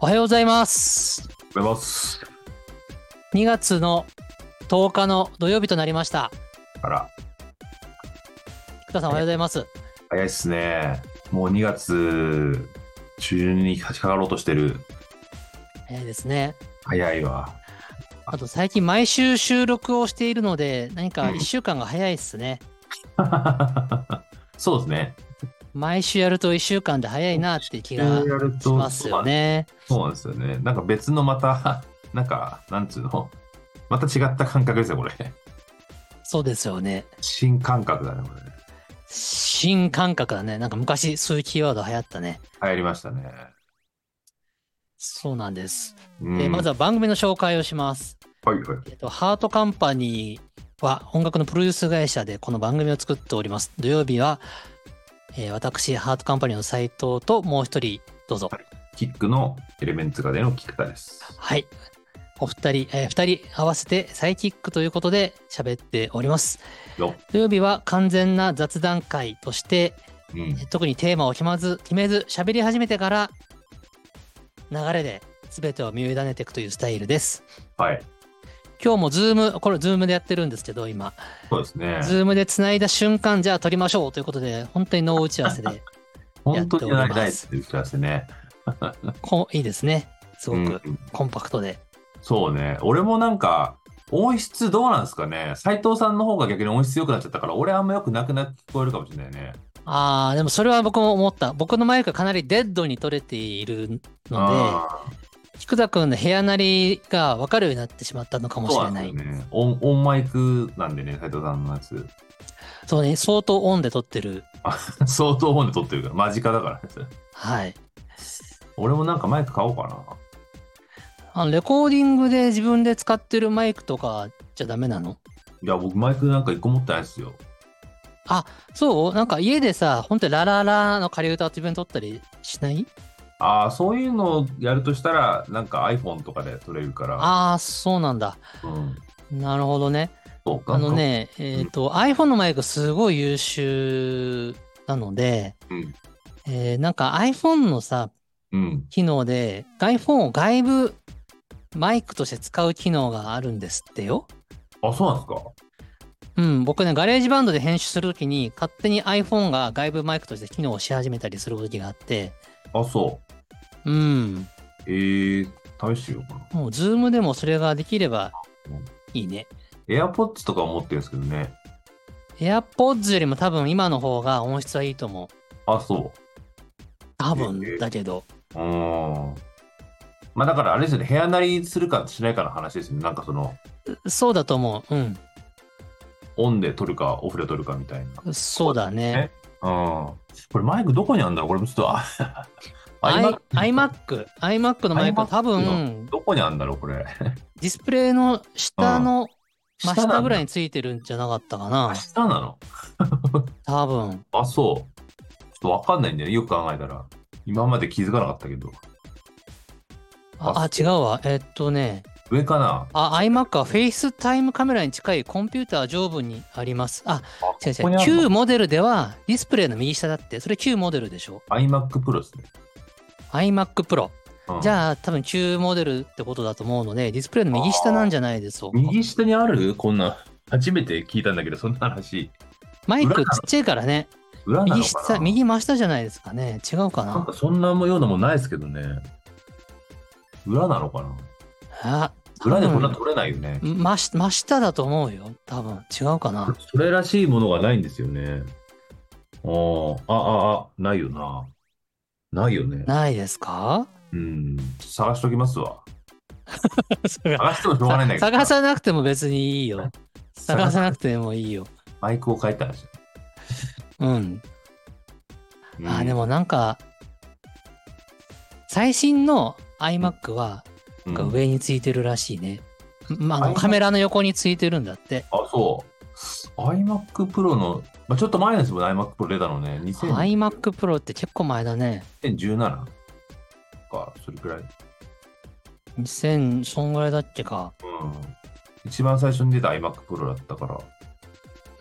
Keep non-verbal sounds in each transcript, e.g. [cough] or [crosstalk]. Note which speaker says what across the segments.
Speaker 1: おはようございます。
Speaker 2: おはようございます。
Speaker 1: 2月の10日の土曜日となりました。
Speaker 2: あら、
Speaker 1: 福田さんおはようございます。
Speaker 2: 早いっすね。もう2月中旬に差し掛かろうとしてる。
Speaker 1: えーですね。
Speaker 2: 早いわ。 [laughs]
Speaker 1: あと最近毎週収録をしているので、何か1週間が早いですね。
Speaker 2: そうですね。
Speaker 1: 毎週やると1週間で早いなっていう気が
Speaker 2: やる
Speaker 1: しますよね。
Speaker 2: そうなんですよね。なんか別のまた、 [laughs] なんか、なんつうの、また違った感覚ですよ、これ。
Speaker 1: そうですよね。
Speaker 2: 新感覚だね、これ。
Speaker 1: 新感覚だね。なんか昔そういうキーワード流行ったね。
Speaker 2: 流行りましたね。
Speaker 1: そうなんです。
Speaker 2: うん
Speaker 1: でまずは番組の紹介をします。
Speaker 2: はいはい。
Speaker 1: えっと、ハートカンパニーは音楽のプロデュース会社でこの番組を作っております。土曜日は、えー私、ハートカンパニーの斉藤ともう一人、どうぞ。
Speaker 2: キックのエレメンツがでの菊田です。
Speaker 1: はい。お二人、えー二人合わせてサイキックということで喋っております。
Speaker 2: よ
Speaker 1: 土曜日は完全な雑談会として、
Speaker 2: うん
Speaker 1: えー特にテーマを決まず、決めず、喋り始めてから、流れで全てを見委ねていくというスタイルです。
Speaker 2: はい。
Speaker 1: 今日もズーム、これズームでやってるんですけど、今。
Speaker 2: そうですね。
Speaker 1: ズームで繋いだ瞬間、じゃあ撮りましょうということで、本当にノー打ち合わせ
Speaker 2: [laughs]
Speaker 1: で、
Speaker 2: 本当に
Speaker 1: や
Speaker 2: な
Speaker 1: っており
Speaker 2: りた
Speaker 1: ま
Speaker 2: いですすって言ってましたね。
Speaker 1: こいいですね。すごく
Speaker 2: うん
Speaker 1: コンパクトで。
Speaker 2: そうね。俺もなんか、音質どうなんですかね斉藤さんの方が逆に音質良くなっちゃったから、俺あんま良くなくなって聞こえるかもしれないね。
Speaker 1: ああ、でもそれは僕も思った。僕のマイクがかなりデッドに取れているの
Speaker 2: あ
Speaker 1: で、菊田君の部屋なりが分かるようになってしまったのか
Speaker 2: ー
Speaker 1: もし
Speaker 2: そう
Speaker 1: れない。
Speaker 2: んですよね。オンオンマイクなんでね、斉藤さんのやつ。
Speaker 1: そうね、相当オンで撮ってる。
Speaker 2: 相当本で撮ってるから、間近だからね。
Speaker 1: はい。
Speaker 2: 俺もなんかマイク買おうかな。
Speaker 1: あの、レコーディングで自分で使ってるマイクとかじゃダメなの
Speaker 2: いや、僕マイクなんか一個持ってないですよ。
Speaker 1: そうなんか家でさ、本当にラララの仮歌を自分で撮ったりしない
Speaker 2: ああ、そういうのをやるとしたら、なんか iPhone とかで撮れるから。
Speaker 1: ああ、そうなんだ。
Speaker 2: うん。
Speaker 1: なるほどね。
Speaker 2: そうか。
Speaker 1: あの。ね、えっ、と、iPhone のマイクすごい優秀なので、
Speaker 2: うん。
Speaker 1: えーなんか iPhone のさ、
Speaker 2: うん。
Speaker 1: 機能で、iPhone を外部マイクとして使う機能があるんですってよ。
Speaker 2: あ、そうなんですか。
Speaker 1: うん、僕ね、ガレージバンドで編集するときに、勝手に iPhone が外部マイクとして機能をし始めたりする時があって、
Speaker 2: あ、そ
Speaker 1: うん、
Speaker 2: う。ええー、試してみようかな。
Speaker 1: もう Zoom でもそれができればいいね。
Speaker 2: AirPods とかは持ってるんですけどね。
Speaker 1: AirPods よりも多分今の方が音質はいいと思う。
Speaker 2: あ、そ
Speaker 1: 多
Speaker 2: え
Speaker 1: 分
Speaker 2: ー
Speaker 1: だけど。
Speaker 2: う。うーん。まあだからあれですよね、部屋なりするかしないかの話ですよね。なんかその、
Speaker 1: そうだと思う。うん。
Speaker 2: オンで撮るか、オフで撮るかみたいな。うん。
Speaker 1: そうだね。
Speaker 2: これマイクどこにあるんだろうこれもちょっと、あ [laughs]
Speaker 1: iMac
Speaker 2: iMac、
Speaker 1: iMac iMac のマイクは
Speaker 2: iMac
Speaker 1: 多分、
Speaker 2: どこにあるんだろうこれ。
Speaker 1: ディスプレイの下の真
Speaker 2: なんだ
Speaker 1: 下ぐらいについてるんじゃなかったかな
Speaker 2: あ。下なの
Speaker 1: 多分。
Speaker 2: あ、そう。ちょっとわかんないんだよね。よく考えたら。今まで気づかなかったけど。
Speaker 1: あ、あ
Speaker 2: あ
Speaker 1: 違うわ。えっとね、
Speaker 2: 上かな
Speaker 1: あ、iMac はフェイスタイムカメラに近いコンピューター上部にあります。あ、
Speaker 2: あ
Speaker 1: 違う
Speaker 2: ここ
Speaker 1: 違
Speaker 2: に
Speaker 1: う。
Speaker 2: あるの
Speaker 1: 旧モデルではディスプレイの右下だって、それ旧モデルでしょ。
Speaker 2: iMac Pro ですね。
Speaker 1: iMac Pro。
Speaker 2: うん
Speaker 1: じゃあ、多分旧モデルってことだと思うので、ディスプレイの右下なんじゃないでしょうか。
Speaker 2: 右下にあるこんな。初めて聞いたんだけど、そんな話。
Speaker 1: マイクち
Speaker 2: 裏
Speaker 1: っ
Speaker 2: なの
Speaker 1: ちゃいからね。
Speaker 2: 裏なのかな
Speaker 1: 右下、右真下じゃないですかね。違うかな。
Speaker 2: なんかそんなようなもんないですけどね。裏なのかな
Speaker 1: あ、
Speaker 2: 裏でこんな取れないよね。
Speaker 1: 真下真下だと思うよ。多分違うかな。
Speaker 2: それらしいものがないんですよね。ああ、ああ、ないよな。ないよね。
Speaker 1: ないですか
Speaker 2: うん。探しときますわ。
Speaker 1: それが
Speaker 2: 探してもしょうがないんだけど。
Speaker 1: [laughs] 探さなくても別にいいよ。探さなくてもいいよ。
Speaker 2: マイクを変えたらしい。
Speaker 1: うん。
Speaker 2: うん
Speaker 1: あ、で、もなんか、最新の iMac は
Speaker 2: うん
Speaker 1: なんか上についてるらしいね。まああの、
Speaker 2: iMac
Speaker 1: カメラの横についてるんだって。
Speaker 2: あ、そう。iMac Pro の、まあ、ちょっと前ですもんね、iMac Pro 出たのね。2017
Speaker 1: iMac Pro って結構前だね。
Speaker 2: か、それくらい。
Speaker 1: 2000、そんぐらいだっけか。
Speaker 2: うん。一番最初に出た iMac Pro だったから。
Speaker 1: う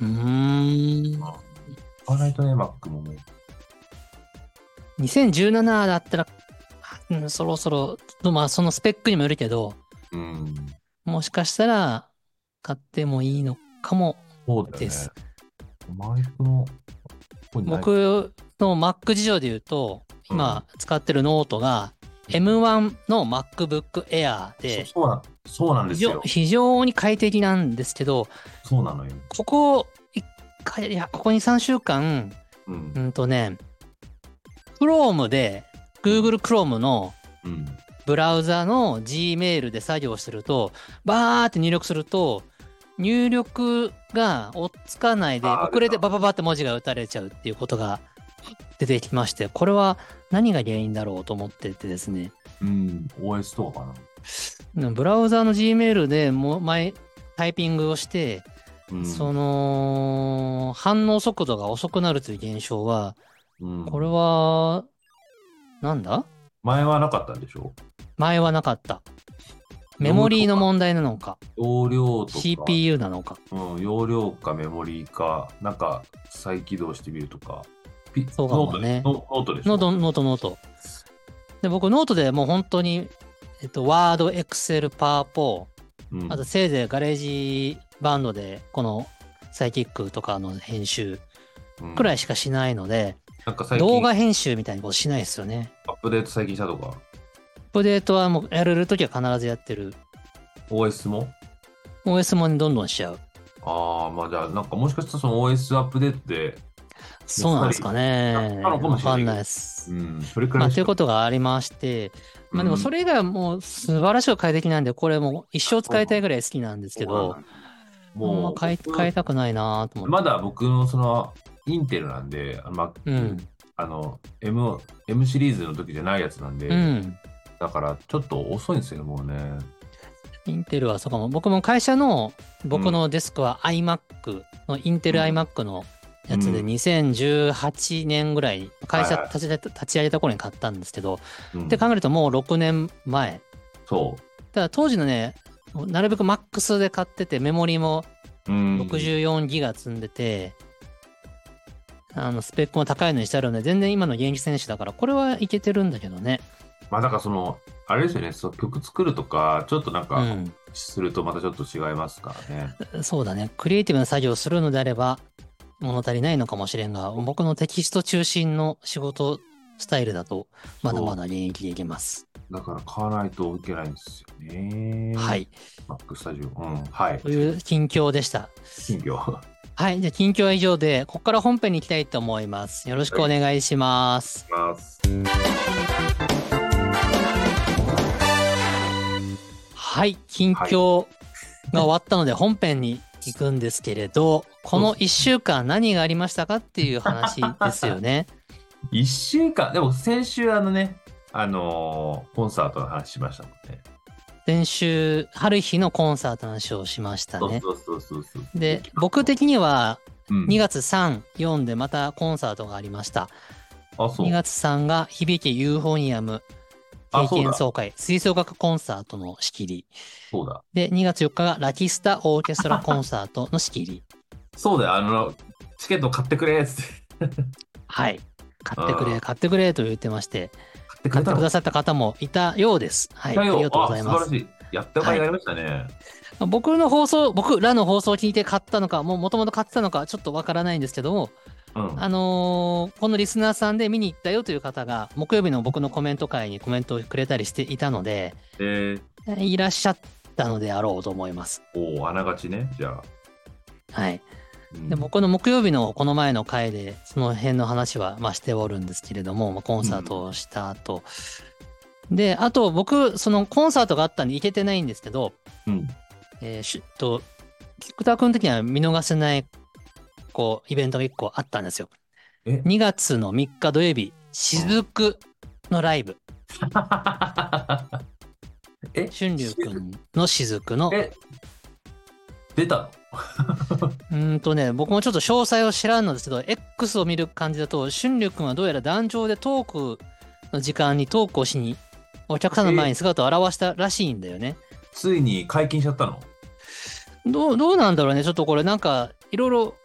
Speaker 1: ーん。
Speaker 2: 買わないとね、Mac ももう。
Speaker 1: 2017だったら、あうん、そろそろ、まあそのスペックにもよるけど、
Speaker 2: うん。
Speaker 1: もしかしたら買ってもいいのかも。
Speaker 2: そうだよ
Speaker 1: で
Speaker 2: ね
Speaker 1: す。
Speaker 2: マイクの、ここにない、
Speaker 1: 僕の Mac 事情で言うと、今使ってるノートが M1 の MacBook Air で、
Speaker 2: そうそうなんそうなんで
Speaker 1: 非
Speaker 2: す
Speaker 1: 常
Speaker 2: よ。
Speaker 1: 非常に快適なんですけど、
Speaker 2: そうなのよ。
Speaker 1: ここ1回、いや、ここ2、3週間、
Speaker 2: うん
Speaker 1: う。んとね、Chrome で、Google Chrome の
Speaker 2: うん。
Speaker 1: ブラウザの Gmail で作業してると、バーって入力すると、入力が追っつかないで、
Speaker 2: あー
Speaker 1: 遅れてバババって文字が打たれちゃうっていうことが出てきまして、これは何が原因だろうと思っててですね、
Speaker 2: うん。OS とかかな。
Speaker 1: うんブラウザの Gmail でもう前タイピングをして、
Speaker 2: うん。
Speaker 1: その反応速度が遅くなるという現象は、
Speaker 2: うん
Speaker 1: これは、なんだ
Speaker 2: 前はなかったんでしょ
Speaker 1: 前はなかった。メモリーの問題なのか、
Speaker 2: 容量とか、
Speaker 1: CPU なのか。
Speaker 2: うん、容量かメモリーか、なんか再起動してみるとか。ピ
Speaker 1: そうかもね
Speaker 2: ノートノノートでしょ
Speaker 1: ノート、ノート、ノート。で、僕、ノートでもう本当に、えっと、ワード、エクセル、パワーポ
Speaker 2: うん
Speaker 1: ー、あと、せいぜいガレージバンドで、この、サイキックとかの編集
Speaker 2: うん
Speaker 1: くらいしかしないので、
Speaker 2: なんか最近
Speaker 1: 動画編集みたいなことしないですよね。
Speaker 2: アップデート最近したとか、
Speaker 1: アップデートはもうやれるときは必ずやってる。
Speaker 2: OS も
Speaker 1: OS もねどんどんしちゃう。
Speaker 2: ああ、まあじゃあ、なんかもしかしたらその OS アップデートで、
Speaker 1: そうなんですかね。
Speaker 2: やったのかも
Speaker 1: わ
Speaker 2: しれない
Speaker 1: かんないです。
Speaker 2: うん、それくら
Speaker 1: ま
Speaker 2: い
Speaker 1: あ、と
Speaker 2: しか
Speaker 1: いうことがありまして、まあでもそれ以外はもう素晴らしく快適なんで、これもう一生使いたいぐらい好きなんですけど、、
Speaker 2: うん
Speaker 1: もう変え変えたくないなと思って。
Speaker 2: まだ僕のその、インテルなんで、あのまあ
Speaker 1: うん。
Speaker 2: あの M、M シリーズの時じゃないやつなんで、
Speaker 1: うん。
Speaker 2: だからちょっと遅いんですよね、もうね。
Speaker 1: インテルはそうかも。僕も会社の、僕のデスクは iMac の、インテル
Speaker 2: うん
Speaker 1: iMac のやつで
Speaker 2: うん
Speaker 1: 2018年ぐらい、会社
Speaker 2: はいはい
Speaker 1: 立ち上げた立ち上げた頃に買ったんですけど、
Speaker 2: うん
Speaker 1: って考えるともう6年前。
Speaker 2: そ
Speaker 1: ただ当時のね、なるべく MAX で買ってて、メモリも
Speaker 2: う。うん、
Speaker 1: 64ギガ積んでて、あのスペックも高いのにしてあるので、全然今の現役選手だから、これはいけてるんだけどね。
Speaker 2: まあだからその、あれですよね、そう曲作るとか、ちょっとなん
Speaker 1: う
Speaker 2: か、
Speaker 1: ん。
Speaker 2: するとまたちょっと違いますからね。
Speaker 1: そうだね。クリエイティブな作業をするのであれば、物足りないのかもしれんが、僕のテキスト中心の仕事スタイルだと、まだまだ現役でいけます。
Speaker 2: だから買わないといけないんですよね。
Speaker 1: はい。。
Speaker 2: マックスタジオ。うん。はい
Speaker 1: と。いう近況でした。
Speaker 2: 金 [laughs] 魚。
Speaker 1: はい。じゃあ、近況は以上で、ここから本編に行きたいと思います。よろしくお願いします。
Speaker 2: ます。
Speaker 1: はい、近況が終わったので本編に行くんですけれど、この1週間何がありましたかっていう話ですよね。
Speaker 2: 1週間、でも先週あのね、あのーコンサートの話しましたもんね。
Speaker 1: 先週、春日のコンサートの話をしましたね。
Speaker 2: そうそうそうそうそう。
Speaker 1: で、僕的には
Speaker 2: うん、
Speaker 1: 2月3、4でまたコンサートがありました。
Speaker 2: あ、そう
Speaker 1: 2。月3が響けユーフォニアム定
Speaker 2: あそう
Speaker 1: 期演
Speaker 2: だ。
Speaker 1: 奏会、吹奏楽コンサートの仕切り。
Speaker 2: そうだ。
Speaker 1: で、2月4日がラキスタオーケストラコンサートの仕切
Speaker 2: [laughs]
Speaker 1: り。
Speaker 2: そうだよ。あの、チケット買ってくれっつって。
Speaker 1: はい。買ってく
Speaker 2: あー
Speaker 1: れ、買ってくれと言ってまして。
Speaker 2: 買って
Speaker 1: 買ってくださ
Speaker 2: さ
Speaker 1: った方もいたようです。はい、ありがとうございま
Speaker 2: 素
Speaker 1: す。
Speaker 2: 晴らしい。やった甲斐がありましたね。
Speaker 1: 僕の放送、僕らの放送を聞いて買ったのか、もともと買ってたのか、ちょっとわからないんですけども、
Speaker 2: うん。
Speaker 1: あのーこのリスナーさんで見に行ったよという方が、木曜日の僕のコメント会にコメントをくれたりしていたので、
Speaker 2: えー、
Speaker 1: いらっしゃったのであろうと思います。
Speaker 2: おーあながちね。じゃあ。
Speaker 1: はい。
Speaker 2: うん
Speaker 1: で、僕の木曜日のこの前の回で、その辺の話は、まあ、しておるんですけれども、まあ、コンサートをした後。で、あと僕、そのコンサートがあったんで行けてないんですけど、
Speaker 2: うん。 [laughs]
Speaker 1: えー、しと、菊田君的には見逃せない、こう、イベントが1個あったんですよ。
Speaker 2: え
Speaker 1: 2月の3日土曜日、雫のライブ、
Speaker 2: え
Speaker 1: 春龍君の雫の、
Speaker 2: え出たの
Speaker 1: うーんとね、僕もちょっと詳細を知らんのですけど、X を見る感じだと、春龍君はどうやら壇上でトークの時間にトークをしに、お客さんの前に姿を現したらしいんだよね。
Speaker 2: ついに解禁しちゃったの
Speaker 1: どう、どうなんだろうね、ちょっとこれなんか、いろいろ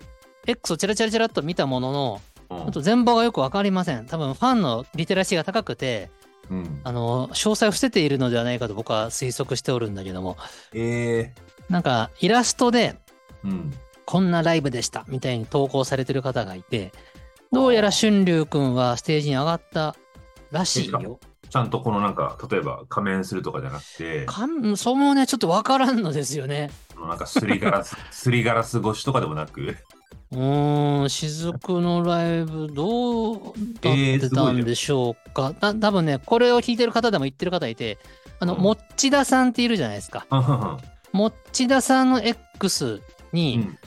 Speaker 1: X をチラチラチラっと見たものの、
Speaker 2: うん
Speaker 1: ちょっと全貌がよくわかりません。多分ファンのリテラシーが高くて、
Speaker 2: うん。
Speaker 1: あの、詳細を伏せているのではないかと僕は推測しておるんだけども、
Speaker 2: ええ
Speaker 1: なんかイラストで
Speaker 2: うん。
Speaker 1: こんなライブでしたみたいに投稿されてる方がいて、どうやら俊龍くんはステージに上がったらしいよ。
Speaker 2: ちゃんとこのなんか、例えば仮面するとかじゃなくて、
Speaker 1: かん、そのね、ちょっとわからんのですよね。
Speaker 2: このなんかすりガラ [laughs] ス、すりガラス越しとかでもなく、
Speaker 1: うーん、雫のライブどうなってたんでしょうか。た多分ね、これを聞いてる方でも言ってる方いて、あの、
Speaker 2: うん
Speaker 1: もっちださんっているじゃないですか。
Speaker 2: う
Speaker 1: もっちださんの X に
Speaker 2: ん。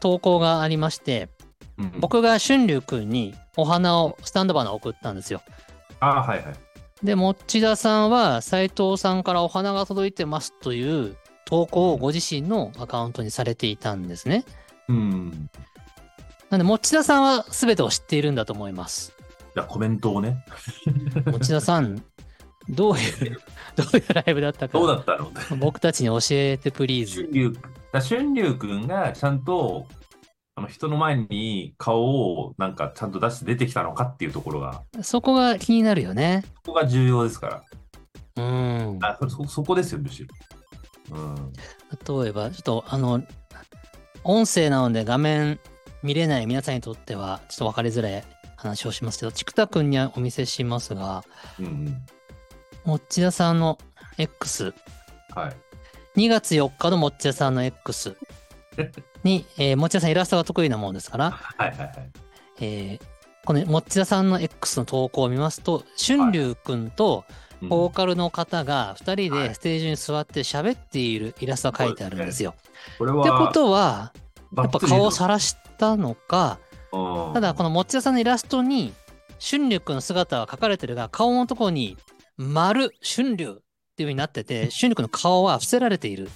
Speaker 1: 投稿がありまして、
Speaker 2: うん、
Speaker 1: 僕が俊龍くんにお花をスタンド花を送ったんですよ。
Speaker 2: ああ、はいはい。
Speaker 1: で、持田さんは斉藤さんからお花が届いてますという投稿をご自身のアカウントにされていたんですね。
Speaker 2: うん。
Speaker 1: なんで、持田さんは全てを知っているんだと思い
Speaker 2: [laughs]
Speaker 1: ます。
Speaker 2: じゃあコメントをね、
Speaker 1: 持田さん、どう
Speaker 2: [laughs]
Speaker 1: いう、どういうライブだったか
Speaker 2: どう、だったの
Speaker 1: 僕たちに教えてプリーズ。
Speaker 2: 春龍だ春龍くんがちゃんとあの人の前に顔をなんかちゃんと出して出てきたのかっていうところが
Speaker 1: そこが気になるよね。
Speaker 2: そこが重要ですか
Speaker 1: うん。
Speaker 2: らあそそそこですよむしろ、うん、
Speaker 1: 例えば、ちょっと、あの、音声なので画面見れない皆さんにとっては、ちょっと分かりづらい話をしますけど、菊田くんにはお見せしますが、
Speaker 2: うんうん
Speaker 1: もっちださんの X、
Speaker 2: はい
Speaker 1: 2月4日のもっちださんの
Speaker 2: [laughs]
Speaker 1: X に、えーもっちださんイラストが得意なものですから、
Speaker 2: はいはいはい
Speaker 1: えーこのもっちださんの X の投稿を見ますと、春龍くんと
Speaker 2: うん
Speaker 1: ボーカルの方が2人
Speaker 2: は
Speaker 1: で
Speaker 2: い
Speaker 1: ステージに座って喋っているイラストが書いてあるんですよ。
Speaker 2: これ
Speaker 1: ってこ
Speaker 2: は
Speaker 1: とは、
Speaker 2: バ
Speaker 1: や
Speaker 2: ッ
Speaker 1: っぱ
Speaker 2: チリ
Speaker 1: 顔をさらしたのか、
Speaker 2: うん
Speaker 1: ただこのもっちださんのイラストに、春龍くんの姿は書かれてるが、顔のところに、丸、春龍っていう風になってて、春龍くんの顔は伏せられている。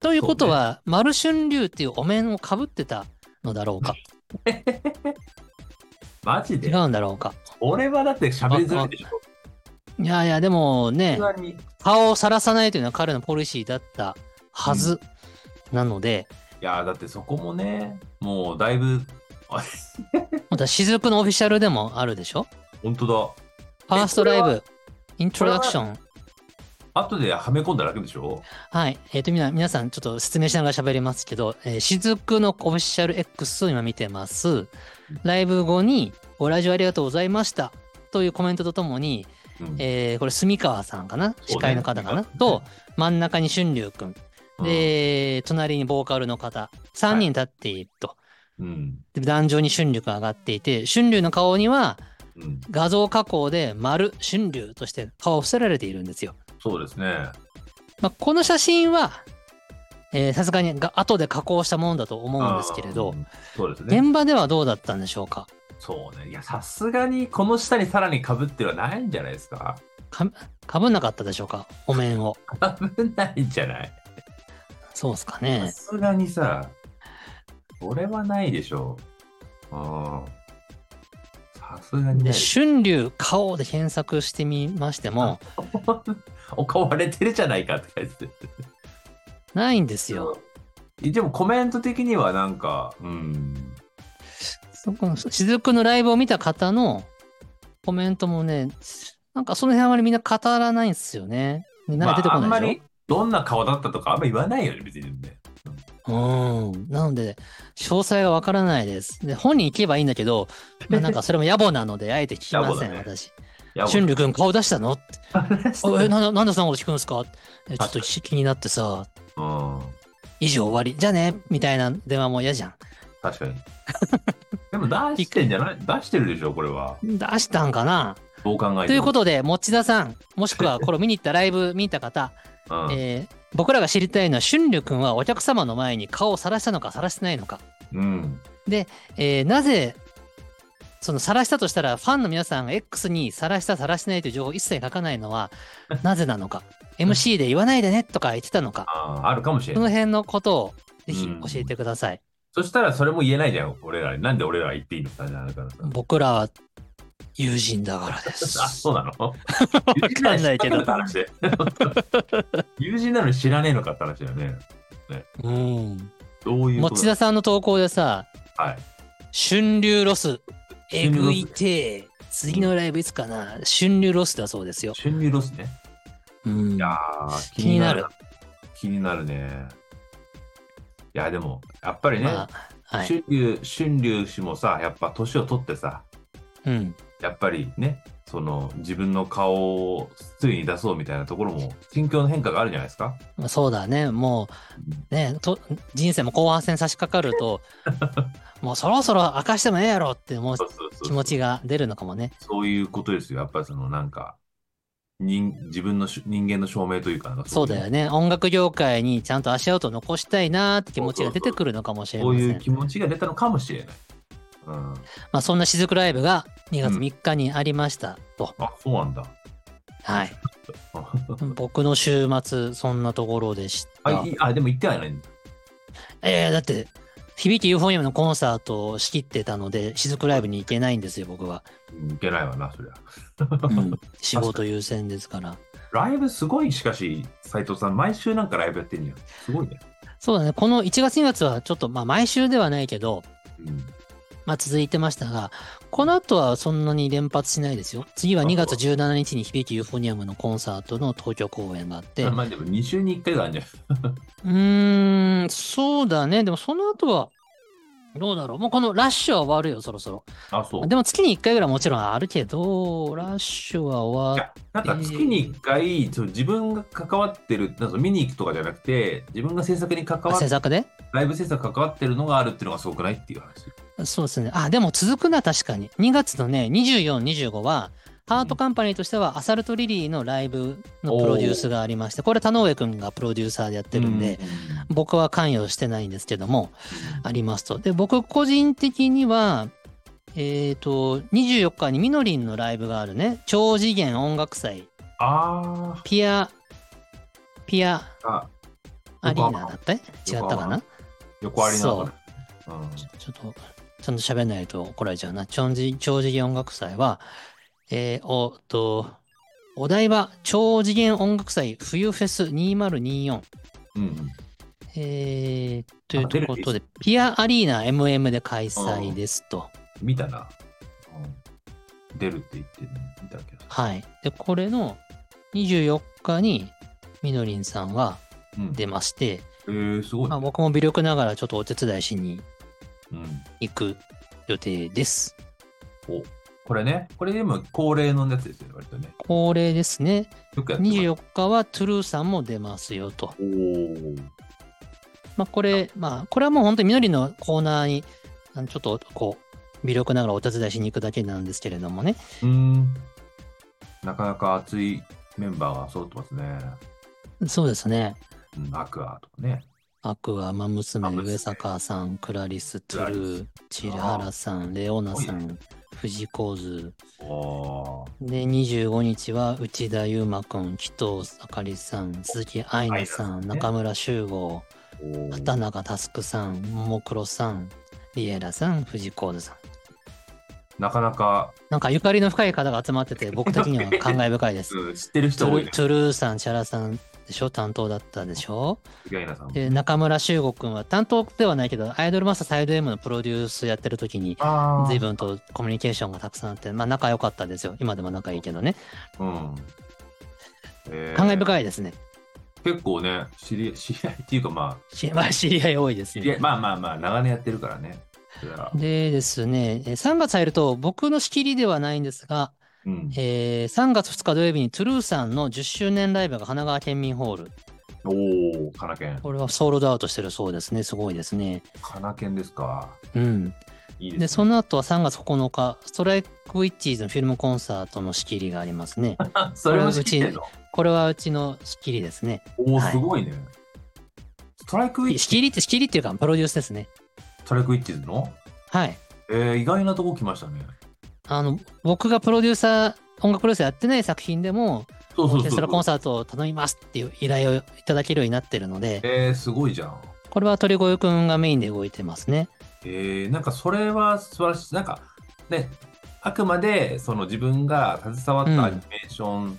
Speaker 1: ということは、丸春龍っていうお面をかぶってたのだろうか、
Speaker 2: マジ
Speaker 1: 違
Speaker 2: で
Speaker 1: うんだろうか。
Speaker 2: 俺はだって喋りづらいでしょ
Speaker 1: いやいや、でもね
Speaker 2: 普、段に
Speaker 1: 顔をさらさないというのは彼のポリシーだったはずなので、
Speaker 2: いやだってそこもねもうだいぶあ
Speaker 1: また雫のオフィシャルでもあるでしょ
Speaker 2: 本当だ
Speaker 1: ファーストライ
Speaker 2: これ
Speaker 1: ブ、イントロダクション。
Speaker 2: 後ではめ込んだだけでしょ
Speaker 1: はい。えっ、と、みな、皆さん、ちょっと説明しながら喋りますけど、えー、雫のオフィシャル X を今見てます。ライブ後に、ご来場ありがとうございました。というコメントとともに、
Speaker 2: うん
Speaker 1: えーこれ、住川さんかな司会の方かな、
Speaker 2: そうね
Speaker 1: と、真ん中に春龍くん。
Speaker 2: うん
Speaker 1: で、隣にボーカルの方。3人立っていると。
Speaker 2: うん
Speaker 1: で壇上に春龍が上がっていて、春龍の顔には、
Speaker 2: うん
Speaker 1: 画像加工で丸春龍として顔を伏せられているんですよ。
Speaker 2: そうですね。
Speaker 1: まあ、この写真は、えーさすがにが後で加工したものだと思うんですけれど
Speaker 2: あ、ー。そうですね。
Speaker 1: 現場ではどうだったんでしょうか
Speaker 2: そうね。いや、さすがにこの下にさらに被ってはないんじゃないですか。
Speaker 1: かかぶんなかったでしょうかお面を。
Speaker 2: 被んないんじゃない
Speaker 1: そうですか
Speaker 2: さ
Speaker 1: ね。
Speaker 2: すがにさ、これはないでしょう。うん。さすがに
Speaker 1: で、
Speaker 2: ね。
Speaker 1: 春龍顔で検索してみましても、
Speaker 2: [laughs] おかわれてるじゃないかって書いてて。
Speaker 1: ないんですよ。
Speaker 2: でもコメント的にはなんか、うん。
Speaker 1: そこの、雫のライブを見た方のコメントもね、なんかその辺あまりみんな語らないんですよね。みんな
Speaker 2: ま
Speaker 1: が出て
Speaker 2: あ、あ
Speaker 1: こ
Speaker 2: ん
Speaker 1: な
Speaker 2: ま
Speaker 1: いでしょ
Speaker 2: りどんな顔だったとかあんま言わないよね、別にね。
Speaker 1: うん。なので、詳細がわからないです。で、本人行けばいいんだけ
Speaker 2: [laughs]
Speaker 1: ど、まあなんかそれも野暮なので、あえて聞きません、
Speaker 2: 野暮だ
Speaker 1: 私。
Speaker 2: いや
Speaker 1: 俊龍君顔出したのって
Speaker 2: もう
Speaker 1: おえ、なんだ、なんでそんなこと聞くんですかえちょっと気になってさ、
Speaker 2: うん。
Speaker 1: 以上終わり。じゃあね、みたいな電話も嫌じゃん。
Speaker 2: 確
Speaker 1: [laughs]
Speaker 2: かに。でも出してんじゃない出してるでしょ、これは。
Speaker 1: 出したんかな
Speaker 2: どう考えても。
Speaker 1: ということで、持田さん、もしく
Speaker 2: [laughs]
Speaker 1: はこれ見に行ったライブ見に行った方、
Speaker 2: うん
Speaker 1: えー僕らが知りたいのは、俊龍君はお客様の前に顔を晒したのか晒してないのか。
Speaker 2: うん。
Speaker 1: えーなぜ、その晒したとしたら、ファンの皆さんが X に晒した、晒してないという情報を一切書かないの
Speaker 2: [laughs]
Speaker 1: は、なぜなのか。MC で言わないでねとか言ってたのか。
Speaker 2: あーあるかもしれ
Speaker 1: そ
Speaker 2: な
Speaker 1: の
Speaker 2: い。
Speaker 1: 辺のことを、ぜひ
Speaker 2: うん
Speaker 1: 教えてください。
Speaker 2: そしたらそれも言えないじゃん、俺らに。なんで俺らは言っていいのか
Speaker 1: [laughs]
Speaker 2: なだからさ。
Speaker 1: 僕らは友人だからです。
Speaker 2: [laughs] あ、そうなのわ
Speaker 1: かんないけど
Speaker 2: [laughs] 友人なのに知らねえのかって話だよね。
Speaker 1: うん。
Speaker 2: どういうこと
Speaker 1: 持田さんの投稿でさ、
Speaker 2: はい。
Speaker 1: 春流ロス、えぐいてー次のライブいつかな春流ロスだそうですよ。
Speaker 2: 春入ロスね。
Speaker 1: うん
Speaker 2: いやー
Speaker 1: 気になる。
Speaker 2: 気になるね。いや、でも、やっぱりね、
Speaker 1: まあ、はい。
Speaker 2: 春流、春流氏もさ、やっぱ年を取ってさ、
Speaker 1: うん。
Speaker 2: やっぱりね、その自分の顔をついに出そうみたいなところも、心境の変化があるんじゃないですか。
Speaker 1: まあそうだね。もう、ね、と人生も後半戦差し掛かると、
Speaker 2: [laughs]
Speaker 1: もうそろそろ明かしてもええやろって思う
Speaker 2: そうそうそう
Speaker 1: 気持ちが出るのかもね。
Speaker 2: そういうことですよ。やっぱりそのなんか、人自分のし人間の証明というかなんか
Speaker 1: そうだよね。音楽業界にちゃんと足音を残したいなーって気持ちが出てくるのかもしれ
Speaker 2: そ
Speaker 1: ま
Speaker 2: う
Speaker 1: せん。
Speaker 2: いう気持ちが出たのかもしれない。うん、
Speaker 1: まあ、そんな雫ライブが2月
Speaker 2: うん
Speaker 1: 3日にありましたと。
Speaker 2: あそうなんだ。 [laughs]
Speaker 1: はい。僕の週末、そんなところでした。
Speaker 2: あいあでも行ってはいないんだ。
Speaker 1: ええだって、響きユーフォニアムのコンサートを仕切ってたので、雫ライブに行けないんですよ、僕
Speaker 2: [laughs]
Speaker 1: は。
Speaker 2: うん行けないわな、そりゃ。
Speaker 1: うん仕事優先ですから。
Speaker 2: ライブすごい、しかし、斉藤さん、毎週なんかライブやってんじゃん。すごいね。
Speaker 1: そうだね、この1月2月はちょっと、まあ、毎週ではないけど、
Speaker 2: うん、
Speaker 1: まあ、続いてましたが、この後はそんなに連発しないですよ。次は2月17日に響きユーフォニアムのコンサートの東京公演があって、
Speaker 2: まあでも2週に1回があるんじゃ
Speaker 1: うーん、そうだね。でもその後は、どうだろう。もうこのラッシュは終わるよ、そろそろ。
Speaker 2: ないあ、そう。
Speaker 1: でも月に1回ぐらいもちろんあるけど、ラッシュは終わっ
Speaker 2: なんか月に1回、そう自分が関わってる、なんか見に行くとかじゃなくて、自分が制作に関わ
Speaker 1: あ
Speaker 2: っ
Speaker 1: 制作で
Speaker 2: ライブ制作関わってるのがあるっていうのがすごくないっていう話。
Speaker 1: そうですね。あ、でも続くな、確かに。2月のね、24、25は、ハートカンパニーとしては、アサルトリリーのライブのプロデュースがありまして、これ、田上くんがプロデューサーでやってるんで、僕は関与してないんですけども、ありますと。で、僕個人的には、えっ、と、24日にみのりんのライブがあるね、超次元音楽祭、
Speaker 2: あ
Speaker 1: ピア、ピア
Speaker 2: ーあ、
Speaker 1: アリーナだった違ったかな
Speaker 2: 横ありなのかな。うん
Speaker 1: ちょちょっと、ちゃんと喋んないと怒られちゃうな。超次超次元音楽祭は、えーおっと、お台場超次元音楽祭冬フェス2024、
Speaker 2: うん
Speaker 1: えー、というとこ
Speaker 2: あ出
Speaker 1: と
Speaker 2: る
Speaker 1: で、ピアアリーナ MM で開催ですと。
Speaker 2: 見たな。うん出るって言ってるね見たけど。
Speaker 1: はい。で、これの24日に、みのりんさんは
Speaker 2: うん
Speaker 1: 出まして、
Speaker 2: えー、すごい
Speaker 1: まあ、
Speaker 2: ね。
Speaker 1: 僕も微力ながらちょっとお手伝いしに
Speaker 2: うん
Speaker 1: 行く予定です。
Speaker 2: おこれね、これでも恒例のやつですよね、割とね。
Speaker 1: 恒例ですね。
Speaker 2: よくやってます。
Speaker 1: 24日はトゥルーさんも出ますよと。
Speaker 2: おー
Speaker 1: まあ、これ、まあ、これはもう本当にみのりのコーナーに、あのちょっとこう、微力ながらお手伝いしに行くだけなんですけれどもね。
Speaker 2: うーん。なかなか熱いメンバーが揃ってますね。
Speaker 1: そうですね。
Speaker 2: うん、アクアとかね。
Speaker 1: アクア、マ娘、
Speaker 2: あ娘
Speaker 1: 上坂さん、クラリス、トゥルー、千
Speaker 2: ラリス
Speaker 1: 原さん、レオナさん、藤子図、
Speaker 2: おー
Speaker 1: で、25日は内田優馬くん、紀藤あかりさん、鈴木愛菜さん、
Speaker 2: 愛菜さんね
Speaker 1: 中村修吾、
Speaker 2: おー
Speaker 1: 畑中佑さん、ももクロさん、リエラさん、藤子さん。
Speaker 2: なかなか、
Speaker 1: なんかゆかりの深い方が集まってて、僕的には感慨深いです。
Speaker 2: うん知ってる
Speaker 1: ト
Speaker 2: 人
Speaker 1: ゥ
Speaker 2: 多い
Speaker 1: ル
Speaker 2: ね。
Speaker 1: トゥルーさん、チャラさんでしょ担当だったでしょ
Speaker 2: 意外なさんも。
Speaker 1: で、中村修吾くんは担当ではないけど、アイドルマスターサイド M のプロデュースやってる時に、
Speaker 2: あー
Speaker 1: 随分とコミュニケーションがたくさんあって、まあ仲良かったですよ。今でも仲いいけどね。
Speaker 2: うん。えー
Speaker 1: 感慨深いですね。
Speaker 2: 結構ね、知り [laughs] 知り合いっていうか、まあ、
Speaker 1: し [laughs] まあ知り合い多いです
Speaker 2: 知
Speaker 1: ね
Speaker 2: り合い、。まあまあまあ、長年やってるからね。それは
Speaker 1: でですね、えー3月入ると僕の仕切りではないんですが、
Speaker 2: うん、
Speaker 1: えー3月2日土曜日にトゥルーさんの10周年ライブが神奈川県民ホール。
Speaker 2: おお、かなけん。
Speaker 1: これはソールドアウトしてるそうですね。すごいですね。
Speaker 2: かなけんですか。
Speaker 1: うん。
Speaker 2: いいですね。
Speaker 1: で、その後は3月9日、ストライクウィッチーズのフィルムコンサートの仕切りがありますね。
Speaker 2: あ [laughs] それも知ってんの
Speaker 1: これはうちの仕切りですね。
Speaker 2: おお、
Speaker 1: はい
Speaker 2: すごいね。ストライクウィッチ、
Speaker 1: 仕切りって仕切りっていうか、プロデュースですね。
Speaker 2: ストライクウィッチズの
Speaker 1: はい。
Speaker 2: えー、意外なとこ来ましたね。
Speaker 1: あの、僕がプロデューサー、音楽プロデューサーやってない作品でも、
Speaker 2: そう
Speaker 1: オ
Speaker 2: そう
Speaker 1: ー
Speaker 2: そ
Speaker 1: ケス
Speaker 2: う
Speaker 1: ト
Speaker 2: そ
Speaker 1: ラコン
Speaker 2: う。
Speaker 1: サートを頼みますっていう依頼をいただけるようになってるので、
Speaker 2: えー、すごいじゃん。
Speaker 1: これは鳥越くんがメインで動いてますね。
Speaker 2: えー、なんかそれは素晴らしい。なんかね、あくまでその自分が携わったアニメーション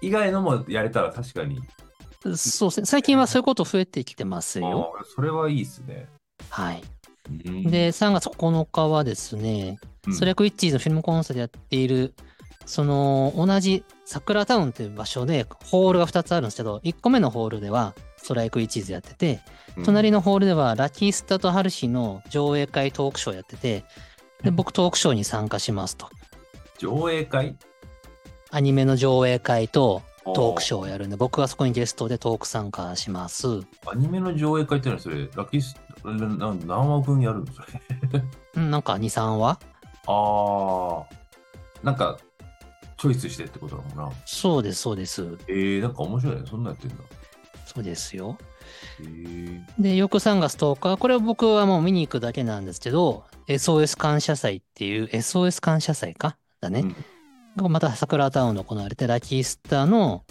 Speaker 2: 以外のもやれたら確かに、
Speaker 1: そうですね。最近はそういうこと増えてきてますよ。
Speaker 2: あーそれはいいですね。
Speaker 1: はい。
Speaker 2: うん
Speaker 1: で、3月9日はですね、
Speaker 2: うん
Speaker 1: ストレコイッチーズのフィルムコンサートやっている、その同じ桜タウンという場所でホールが2つあるんですけど、1個目のホールではストライクイッチーズやってて、隣のホールではラキスタとハルシの上映会トークショーやってて、で、僕トークショーに参加しますと。
Speaker 2: 上映会
Speaker 1: アニメの上映会とトークシ
Speaker 2: ョ
Speaker 1: ョーをやるんで、僕はそこにゲストでトーク参加します。うん
Speaker 2: ー。アニメの上映会ってのはそれ、ラキス、なな何話分やるのそれ。
Speaker 1: なんか2、3話
Speaker 2: ああ。なんか、チョイスしてってことだもんな。
Speaker 1: そうです、そうです。
Speaker 2: えー、なんか面白いね。そんなんやってんだ。
Speaker 1: そうですよ。
Speaker 2: えー、
Speaker 1: で、翌3月10日、これは僕はもう見に行くだけなんですけど、SOS 感謝祭っていう、SOS 感謝祭かだね。がまた桜タウンで行われて、ラキスタの、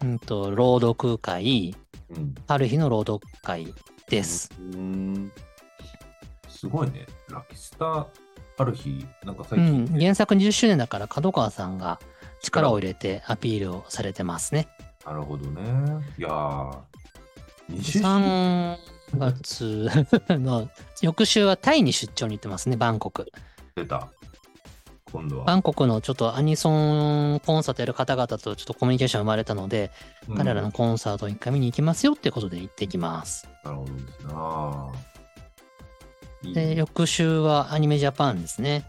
Speaker 2: うん
Speaker 1: うんと、朗読会、
Speaker 2: うん。うん。
Speaker 1: 春日の朗読会です。
Speaker 2: うーん。すごいね。ラキスタ、ある日、なんか最
Speaker 1: う
Speaker 2: 近、
Speaker 1: ん、原作20周年だから角川さんが力を入れてアピールをされてますね。
Speaker 2: なるほどね。いやー、2週
Speaker 1: 3月 [laughs] の翌週はタイに出張に行ってますね、バンコク。
Speaker 2: 出た。今度
Speaker 1: バ
Speaker 2: は。
Speaker 1: ンコクのちょっとアニソンコンサートやる方々とちょっとコミュニケーション生まれたので、
Speaker 2: うん
Speaker 1: 彼らのコンサートに一回見に行きますよってことで行ってきます。
Speaker 2: なるほどですな。いい
Speaker 1: で、
Speaker 2: ね
Speaker 1: 翌週はアニメジャパンですね。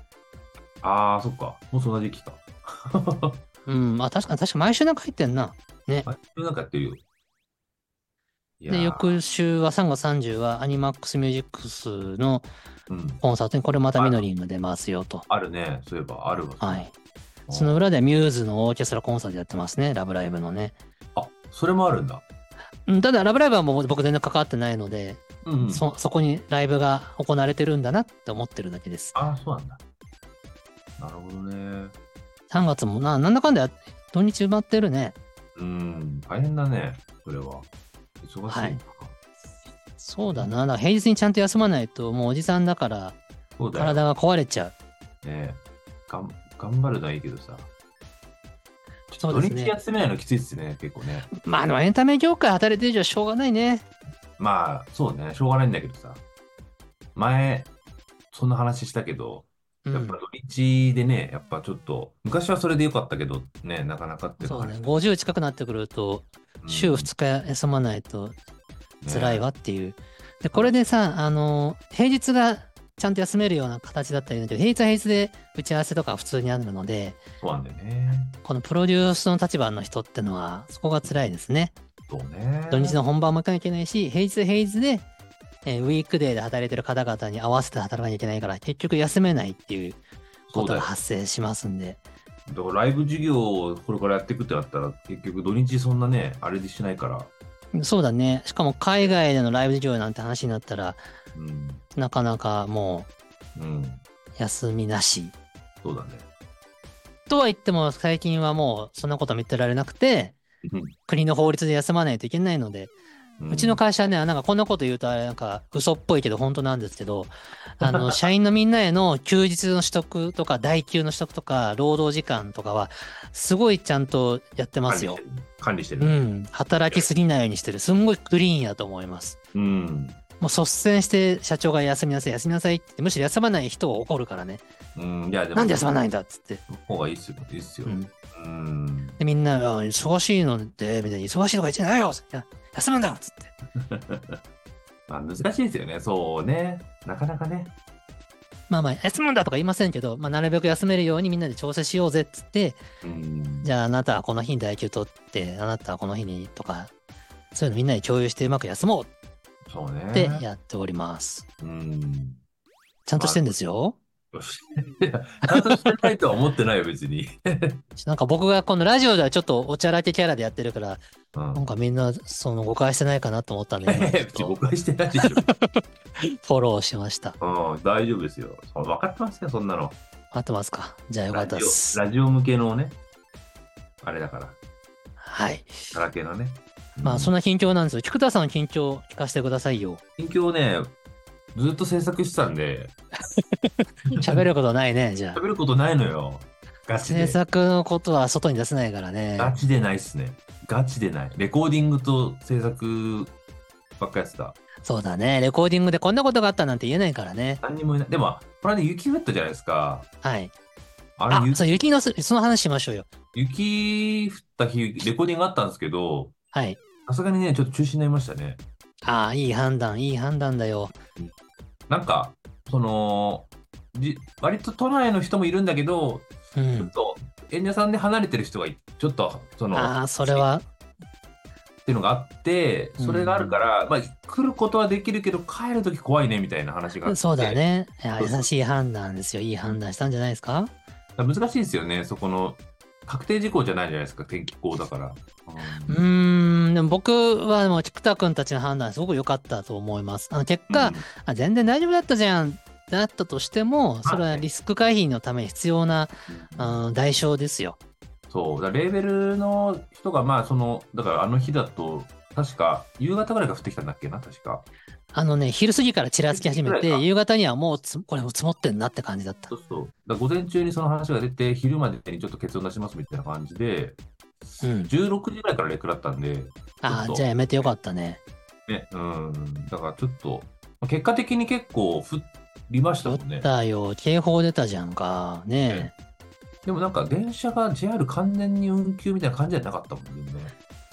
Speaker 2: ああ、そっか。もうそんな時期か。 [laughs]
Speaker 1: うん、あ、確かに、確か毎週なんか入ってんな。
Speaker 2: 毎週なんかやってるよ。いやー
Speaker 1: で、、翌週は3月30はアニマックスミュージックスの
Speaker 2: うん、
Speaker 1: コンサートにこれまたミノリンが出ますよと。
Speaker 2: あるね。そういえば、あるわ。
Speaker 1: はい。
Speaker 2: あー
Speaker 1: その裏ではミューズのオーケストラコンサートやってますね、ラブライブのね。
Speaker 2: あ、それもあるんだ。
Speaker 1: うんただ、ラブライブはもう僕全然関わってないので、
Speaker 2: うん、うん。
Speaker 1: そ、そこにライブが行われてるんだなって思ってるだけです。
Speaker 2: ああ、そうなんだ。なるほどね。
Speaker 1: 3月もな、なんだかんだや土日埋まってるね。
Speaker 2: うん、大変だね。それは。忙しいのか。
Speaker 1: はいそうだな。だから平日にちゃんと休まないと、もうおじさんだから
Speaker 2: そうだよ。
Speaker 1: 体が壊れちゃう。
Speaker 2: ねがん頑張るのはいいけどさ。ちょっ
Speaker 1: そう
Speaker 2: と
Speaker 1: で
Speaker 2: 土
Speaker 1: すね
Speaker 2: 日休めないのきついっすね、結構ね。
Speaker 1: まあでもエンタメ業界働いてる以上はしょうがないね。
Speaker 2: まあ、そうね、しょうがないんだけどさ。前、そんな話したけど、
Speaker 1: う
Speaker 2: やっぱ
Speaker 1: ん。
Speaker 2: 土日でね、やっぱちょっと、昔はそれでよかったけど、ね、なかなかってい
Speaker 1: そうね。
Speaker 2: 話
Speaker 1: 50近くなってくると、
Speaker 2: うん
Speaker 1: 週2日休まないと辛いわっていう。で、これでさ、あの、平日がちゃんと休めるような形だったりだけど、平日は平日で打ち合わせとか普通にあるので、
Speaker 2: ねそうなんだよね。
Speaker 1: このプロデュースの立場の人ってのは、そこが辛いですね。
Speaker 2: そうね。
Speaker 1: 土日の本番も行かなきゃいけないし、平日平日で、えーウィークデーで働いてる方々に合わせて働かなきゃいけないから、結局休めないっていう
Speaker 2: そ
Speaker 1: こと
Speaker 2: うだ
Speaker 1: が
Speaker 2: よ。
Speaker 1: 発生しますんで。
Speaker 2: だからライブ授業をこれからやっていくってなったら、結局土日そんなね、あれでしないから、
Speaker 1: そうだね。しかも海外でのライブ授業なんて話になったら、
Speaker 2: うん、
Speaker 1: なかなかも
Speaker 2: うん、
Speaker 1: う休みなし。
Speaker 2: そうだね。
Speaker 1: とは言っても、最近はもうそんなこと見てられなくて、国の法律で休まないといけないので、
Speaker 2: う
Speaker 1: うちの会社はね、なんかこんなこと言うとあれなんか嘘っぽいけど本当なんですけど、あ
Speaker 2: [laughs]
Speaker 1: の、社員のみんなへの休日の取得とか、代休の取得とか、労働時間とかは、すごいちゃんとやってますよ。。
Speaker 2: 管理して
Speaker 1: う
Speaker 2: る。
Speaker 1: ん。働きすぎないようにしてる。すんごいクリーンやと思います。
Speaker 2: うん。
Speaker 1: もう率先して社長が休みなさい、休みなさいって言って、むしろ休まない人を怒るからね。
Speaker 2: うん。いや、でも、
Speaker 1: なんで休まないん
Speaker 2: だ
Speaker 1: だっつって。
Speaker 2: 方がいいっすよ。いいっすよ。
Speaker 1: う
Speaker 2: うん
Speaker 1: ん。。
Speaker 2: うん、
Speaker 1: で、みんな、あ忙しいので、みたいに、忙しいとか言っちゃないよいや休むんだっつって。
Speaker 2: まあ、難しいですよね。そうね。なかなかね。
Speaker 1: まあまあ、休むんだとか言いませんけど、まあ、なるべく休めるようにみんなで調整しようぜっつって、
Speaker 2: うん。
Speaker 1: じゃああなたはこの日に代休取って、あなたはこの日にとか、そういうのみんなで共有してうまく休もう
Speaker 2: そうね。
Speaker 1: ってやっております。
Speaker 2: うん。
Speaker 1: ちゃんとしてんですよ。
Speaker 2: よし。いやちゃんとしてないとは思ってないよ、別に。
Speaker 1: なんか僕がこのラジオではちょっとおちゃらけキャラでやってるから、[laughs]
Speaker 2: う
Speaker 1: なん
Speaker 2: ん。
Speaker 1: かみんなその誤解してないかなと思ったんで、
Speaker 2: [laughs]
Speaker 1: 今ちょっ
Speaker 2: 別に
Speaker 1: と
Speaker 2: 僕はしてないでし
Speaker 1: フォローしました。
Speaker 2: ょ。うん。大丈夫ですよ。そう分かってますよ、そんなの。
Speaker 1: 合ってますかじゃあよか
Speaker 2: ラ
Speaker 1: った
Speaker 2: ジ
Speaker 1: です
Speaker 2: オ、。ラジオ向けのね。あれだから。
Speaker 1: はい。
Speaker 2: ガラケーのね。
Speaker 1: まあそんな近況なんですよ。菊田さんの近況聞かせてくださいよ。
Speaker 2: 近況をね、ずっと制作してたんで、
Speaker 1: 喋ることないね、じゃあ。
Speaker 2: 喋ることないのよ。ガ
Speaker 1: 制
Speaker 2: チで。
Speaker 1: 作のことは外に出せないからね。
Speaker 2: ガチでないっすね。ガチでない。レコーディングと制作ばっかやってた。
Speaker 1: そうだね。レコーディングでこんなことがあったなんて言えないからね。
Speaker 2: 何にもいない。でも、これで雪降ったじゃないですか。
Speaker 1: はい。
Speaker 2: あ
Speaker 1: あ
Speaker 2: れ、、雪
Speaker 1: そう、雪のす、その話しましょうよ。
Speaker 2: 雪降った日、レコーディングあったんですけど、
Speaker 1: はい。
Speaker 2: さすがにね、ちょっと中止になりましたね。
Speaker 1: ああ、いい判断、いい判断だよ。
Speaker 2: なんか、その、じ割と都内の人もいるんだけど、
Speaker 1: う
Speaker 2: ちょ
Speaker 1: ん
Speaker 2: っ。と演者さんで離れてる人がいちょっとその
Speaker 1: ああ、それは、
Speaker 2: っていうのがあってそれがあるから、まあ、来ることはできるけど帰る時怖いねみたいな話があって
Speaker 1: そうだね。いや
Speaker 2: そうそう
Speaker 1: 優しい判断ですよ。いい判断したんじゃないですか
Speaker 2: 難しいですよねそこの確定事項じゃないじゃないですか天気候だから、う
Speaker 1: うんーん、でも僕はもう菊田くんたちの判断すごく良かったと思います。あの結果、
Speaker 2: うん
Speaker 1: あ全然大丈夫だったじゃんってなったとしても、それはリスク回避のために必要な、うん、代償ですよ。
Speaker 2: そうだからレーベルの人がまあそのだからあの日だと確か夕方ぐらいから降ってきたんだっけな確か
Speaker 1: あのね、昼過ぎからちらつき始め
Speaker 2: 昼過ぎぐら
Speaker 1: て、
Speaker 2: いか
Speaker 1: 夕方にはもうつ、これもう積もってんなって感じだった
Speaker 2: そ。うそうだから午前中にその話が出て昼までにちょっと結論出しますみたいな感じで
Speaker 1: うん。
Speaker 2: 16時ぐらいからレクだったんで
Speaker 1: あ
Speaker 2: ちょ
Speaker 1: あ、
Speaker 2: っと
Speaker 1: じゃあやめてよかったね。
Speaker 2: ね、うん、だからちょっと、まあ結果的に結構降りました
Speaker 1: ど
Speaker 2: も
Speaker 1: っ
Speaker 2: んね。
Speaker 1: たよ、警報出たじゃんか。ねえ。
Speaker 2: でもなんか電車が JR 完全に運休みたいな感じじゃなかったもんね。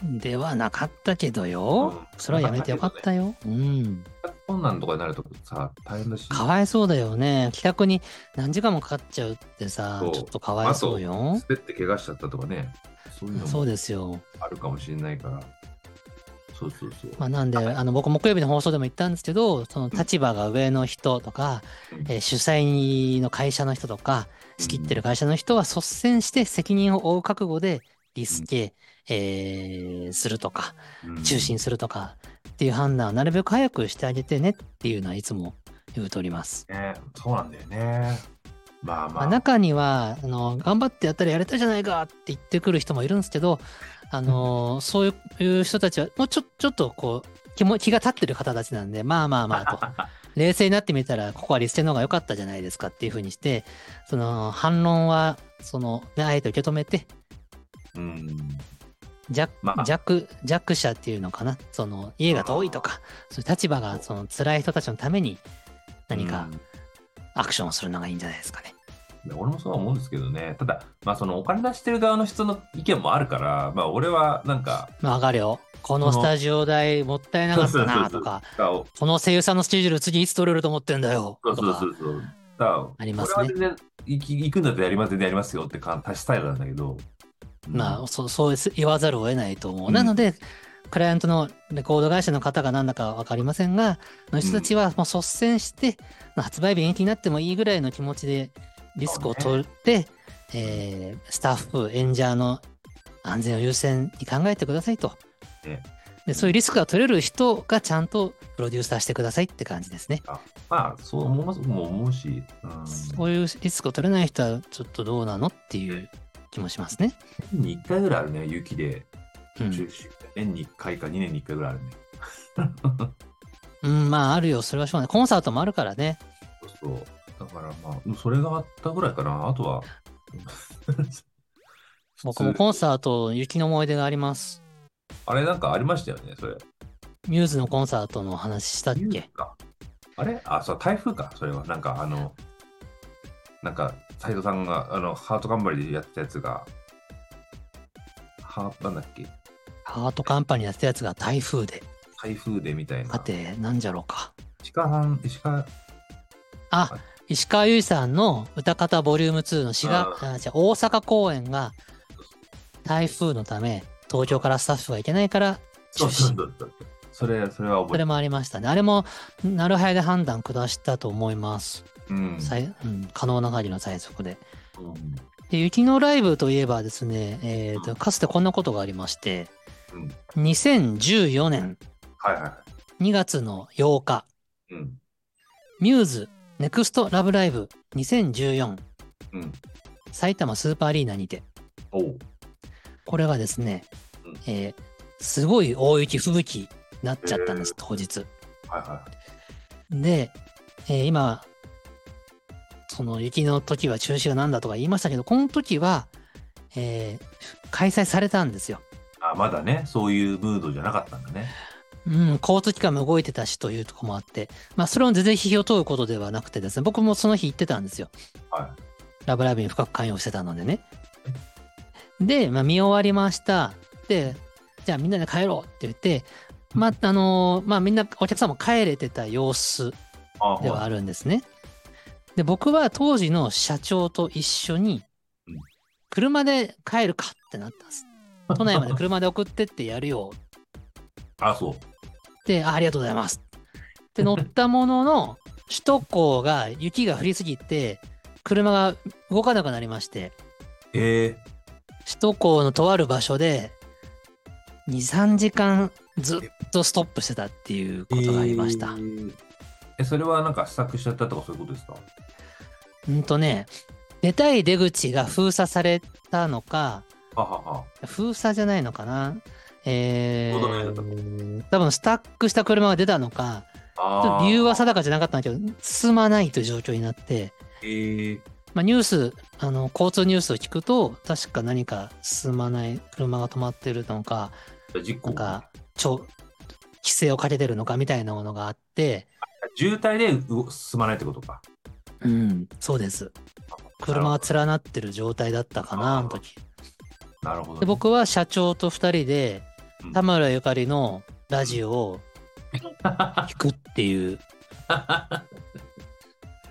Speaker 1: ではなかったけど
Speaker 2: う
Speaker 1: よ
Speaker 2: ん。
Speaker 1: それはやめてよかったよ。うん。
Speaker 2: 困難とかになるとさ、大変だし。
Speaker 1: かわいそうだよね。帰宅に何時間もかかっちゃうってさ
Speaker 2: そ、う
Speaker 1: ちょっとかわいそうよ。
Speaker 2: 滑って怪我しちゃったとかね、そういうの
Speaker 1: そう
Speaker 2: も
Speaker 1: ですよ。
Speaker 2: あるかもしれないから。そうそうそう。
Speaker 1: まあ、なんで、あの、僕、木曜日の放送でも言ったんですけど、その立場が上の人とか
Speaker 2: うん、
Speaker 1: えー主催の会社の人とか、仕切ってる会社の人は率先して責任を負う覚悟で、リスケ、えーするとか、
Speaker 2: うん
Speaker 1: 中心するとかっていう判断をなるべく早くしてあげてねっていうのはいつも言うとおります。
Speaker 2: ね、そうなんだよね。まあま
Speaker 1: ま
Speaker 2: あ。
Speaker 1: あ、中にはあの頑張ってやったらやれたじゃないかって言ってくる人もいるんですけど、あのそういう人たちはもうちょちょっとこう気も気が立ってる方たちなんでまあまあま [laughs] あと冷静になってみたらここはリステの方が良かったじゃないですかっていうふうにしてその反論はその、ね、あえて受け止めて
Speaker 2: うん。
Speaker 1: 弱,、
Speaker 2: まあ
Speaker 1: 弱弱者っていうのかなその家が遠いとかそういう立場がその辛い人たちのために何か
Speaker 2: うん
Speaker 1: アクションをするのがいいんじゃないですかね。
Speaker 2: 俺もそうは思うんですけどね。ただ、まあそのお金出してる側の人の意見もあるから、まあ俺はなんか、
Speaker 1: まあ、わかるよこのスタジオ代もったいなかったなとか
Speaker 2: そう
Speaker 1: この声優さんのスケジュール次いつ取れると思ってんだよ
Speaker 2: そう
Speaker 1: と
Speaker 2: そう
Speaker 1: か
Speaker 2: そうそう。だから
Speaker 1: ありますね
Speaker 2: これは全然行き行くんだったらやります全然やりますよって感じしたいなんだけど。うん
Speaker 1: まあそうそう言わざるを得ないと思う、
Speaker 2: うん
Speaker 1: なのでクライアントのレコード会社の方が何だか分かりませんがあの人たちはもう率先して、まあ発売日延期になってもいいぐらいの気持ちでリスクを取って、えースタッフ演者の安全を優先に考えてくださいと、
Speaker 2: ね
Speaker 1: でそういうリスクが取れる人がちゃんとプロデューサーしてくださいって感じですね
Speaker 2: まあそう思います僕も思うし、うん、
Speaker 1: そういうリスクを取れない人はちょっとどうなのっていう気もしますね。
Speaker 2: 年に1回ぐらいあるね、雪で
Speaker 1: う
Speaker 2: 中
Speaker 1: ん、
Speaker 2: 止、年に1回か2年に1回ぐらいあるね。
Speaker 1: うんまああるよ、それはしょうがない。コンサートもあるからね。
Speaker 2: そうそう。だからまあ、それがあったぐらいかな。あとは。 [laughs]
Speaker 1: 僕も
Speaker 2: 普通
Speaker 1: コンサート、雪の思い出があります。
Speaker 2: あれなんかありましたよね、それ。
Speaker 1: ミューズのコンサートの話したっけ
Speaker 2: かあれあ、そう、台風か、それは。なんか、あの、なんか、斎藤さんが、あの、ハート頑張りでやってたやつが、ハーなんだっけ、
Speaker 1: ハートカンパニーやってたやつが台風で。
Speaker 2: 台風でみたい
Speaker 1: さ
Speaker 2: な。
Speaker 1: て、なんじゃろうか。
Speaker 2: 石川さん、石川、
Speaker 1: あ、石川由依さんの歌方ボリューム2の滋賀、あ違う大阪公演が台風のため、東京からスタッフが行けないから中
Speaker 2: そうそ
Speaker 1: 止。
Speaker 2: うそうそう。それ、それは
Speaker 1: そ
Speaker 2: 覚
Speaker 1: れ
Speaker 2: えて
Speaker 1: もありましたね。あれも、なるはやで判断下したと思います。
Speaker 2: うん。
Speaker 1: 最うん、可能な限りの最速で。
Speaker 2: うん
Speaker 1: で、雪のライブといえばですね、えーと、かつてこんなことがありまして、
Speaker 2: うん
Speaker 1: 2014年
Speaker 2: はいはいは
Speaker 1: 2月の8日、
Speaker 2: い。うん。
Speaker 1: ミューズネクストラブライブ2014
Speaker 2: うん。
Speaker 1: 埼玉スーパーアリーナにて、
Speaker 2: おう。
Speaker 1: これがですね
Speaker 2: うん、
Speaker 1: えーすごい大雪吹雪になっちゃったんです、当日。
Speaker 2: はいはい。
Speaker 1: で、えー今、その雪の時は中止がなんだとか言いましたけど、この時は、えー開催されたんですよ。
Speaker 2: あ、まだね、そういうムードじゃなかったんだね。
Speaker 1: うん、交通機関も動いてたしというとこもあって、まあ、それを全然批評を問うことではなくてですね、僕もその日行ってたんですよ。
Speaker 2: は
Speaker 1: ラブライブに深く関与してたのでね。で、まあ、見終わりました。で、じゃあみんなで帰ろうって言って、まあ、あのーまあ、みんなお客さんも帰れてた様子
Speaker 2: あ
Speaker 1: ではあ
Speaker 2: る。
Speaker 1: るんですね。で、僕は当時の社長と一緒に
Speaker 2: うん、
Speaker 1: 車で帰るかってなったんです。都内まで車で送ってってやるよ
Speaker 2: あ、そう。
Speaker 1: で、あありがとうございます。で、乗ったものの、首都高が雪が降りすぎて、車が動かなくなりまして、
Speaker 2: ええ
Speaker 1: 首都高のとある場所で、2、3時間ずっとストップしてたっていうことがありました。
Speaker 2: えーえ、それはなんか試作しちゃったとかそういうことですか
Speaker 1: うんとね、出たい出口が封鎖されたのか、
Speaker 2: ははは。
Speaker 1: 封鎖じゃないのかな。え
Speaker 2: どうでもよか
Speaker 1: ー、多分スタックした車が出たのか、ちょっ
Speaker 2: あ
Speaker 1: と
Speaker 2: ー
Speaker 1: 理由は定かじゃなかったんだけど、進まないという状況になって、
Speaker 2: えー
Speaker 1: まあ、ニュースあの交通ニュースを聞くと確か何か進まない車が止まってるのか
Speaker 2: 実
Speaker 1: な
Speaker 2: 行
Speaker 1: んかちょ規制をかけてるのかみたいなものがあって、
Speaker 2: 渋滞でう進まないってことか。
Speaker 1: うん、そうです車が連なってる状態だったかな
Speaker 2: あー
Speaker 1: あの時
Speaker 2: なるほど、
Speaker 1: で
Speaker 2: ね。
Speaker 1: 僕は社長と2人で
Speaker 2: うん
Speaker 1: 田村ゆかりのラジオ
Speaker 2: [laughs]
Speaker 1: を聞くっていう